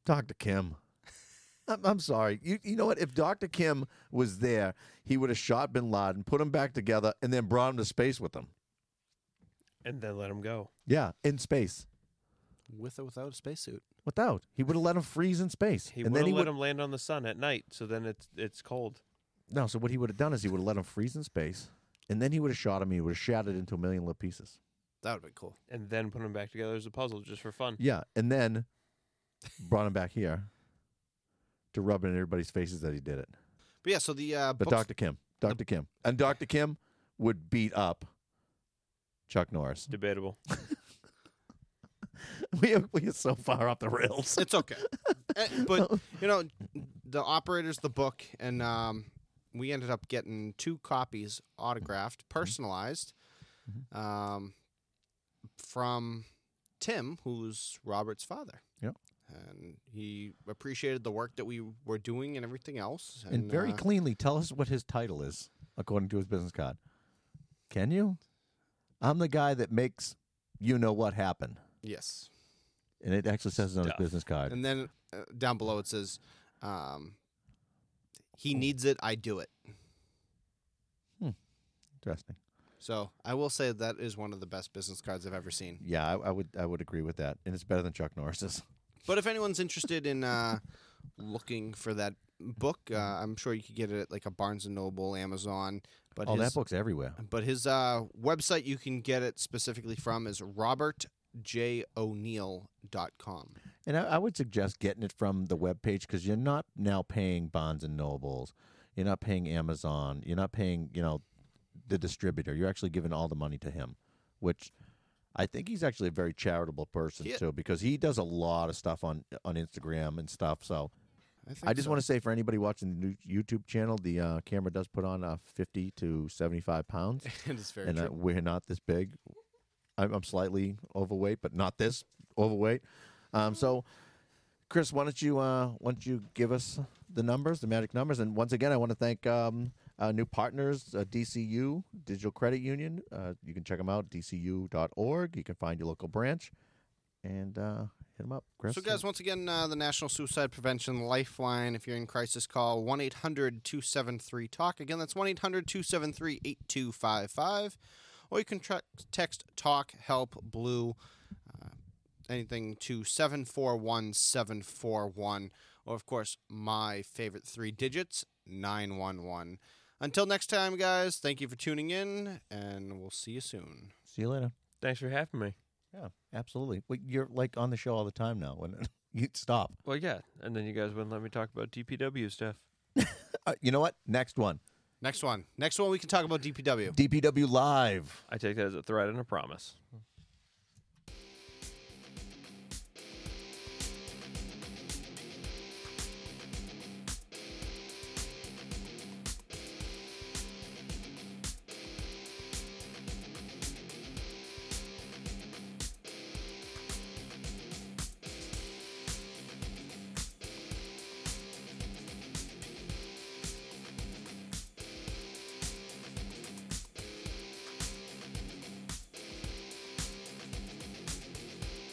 Speaker 1: Dr. Kim. I'm, I'm sorry. You you know what? If Dr. Kim was there, he would have shot Bin Laden, put him back together, and then brought him to space with him.
Speaker 4: And then let him go.
Speaker 1: Yeah, in space.
Speaker 3: With or without a spacesuit?
Speaker 1: Without, he would have let him freeze in space,
Speaker 4: He
Speaker 1: and
Speaker 4: would
Speaker 1: then
Speaker 4: have
Speaker 1: he
Speaker 4: let
Speaker 1: would
Speaker 4: him land on the sun at night, so then it's it's cold.
Speaker 1: no. So what he would have done is he would have let him freeze in space, and then he would have shot him. He would have shattered into a million little pieces.
Speaker 3: That would be cool.
Speaker 4: And then put him back together as a puzzle just for fun.
Speaker 1: Yeah, and then brought him back here to rub in everybody's faces that he did it.
Speaker 3: But yeah, so the uh,
Speaker 1: But
Speaker 3: books-
Speaker 1: Dr. Kim, Dr. Kim, and Dr. Kim would beat up Chuck Norris.
Speaker 4: Debatable.
Speaker 1: we are, we are so far off the rails.
Speaker 3: it's okay. Eh, but you know, the operator's the book, and um, we ended up getting two copies autographed,
Speaker 1: Mm-hmm.
Speaker 3: personalized, um, from Tim, who's Robert's father.
Speaker 1: Yep.
Speaker 3: And he appreciated the work that we were doing and everything else. And,
Speaker 1: And very
Speaker 3: uh,
Speaker 1: cleanly, tell us what his title is according to his business card. Can you? I'm the guy that makes you know what happen,
Speaker 3: yes.
Speaker 1: and it actually says it on his
Speaker 4: Stuff.
Speaker 1: business card.
Speaker 3: And then uh, down below it says, um, "He needs it, I do it."
Speaker 1: Interesting.
Speaker 3: So I will say that is one of the best business cards I've ever seen.
Speaker 1: Yeah, I, I would I would agree with that, and it's better than Chuck Norris's.
Speaker 3: But if anyone's interested in uh, looking for that book, uh, I'm sure you could get it at like a Barnes and Noble, Amazon. But
Speaker 1: oh,
Speaker 3: his,
Speaker 1: that book's everywhere.
Speaker 3: But his uh, website you can get it specifically from is robertjoneal.com.
Speaker 1: And I, I would suggest getting it from the web page because you're not now paying Bonds and Nobles, you're not paying Amazon, you're not paying you know the distributor. You're actually giving all the money to him, which I think he's actually a very charitable person
Speaker 3: Yeah.
Speaker 1: too because he does a lot of stuff on on Instagram and stuff. So
Speaker 3: think
Speaker 1: I just
Speaker 3: so.
Speaker 1: want to say for anybody watching the new YouTube channel, the uh, camera does put on uh, 50 to 75 pounds,
Speaker 3: It is very
Speaker 1: and uh,
Speaker 3: true.
Speaker 1: we're not this big. I'm, I'm slightly overweight, but not this overweight. Um, so, Chris, why don't you uh, why don't you give us the numbers, the magic numbers? And once again, I want to thank um, our new partners, uh, DCU Digital Credit Union. Uh, you can check them out, DCU.org. You can find your local branch, and uh, hit them up, Chris.
Speaker 3: So, guys, once again, uh, the National Suicide Prevention Lifeline. If you're in crisis, call 1 800 273 TALK. Again, that's 1 800 273 8255. Or you can tra- text TALK HELP BLUE uh, anything to 741741. Or, of course, my favorite three digits 911. Until next time, guys, thank you for tuning in, and we'll see you soon.
Speaker 1: See you later.
Speaker 4: Thanks for having me.
Speaker 1: Yeah, absolutely. Well, you're like on the show all the time now. When you stop,
Speaker 4: Well, yeah. And then you guys wouldn't let me talk about DPW stuff.
Speaker 1: uh, you know what? Next one,
Speaker 3: Next one. Next one, we can talk about DPW.
Speaker 1: DPW Live.
Speaker 4: I take that as a threat and a promise.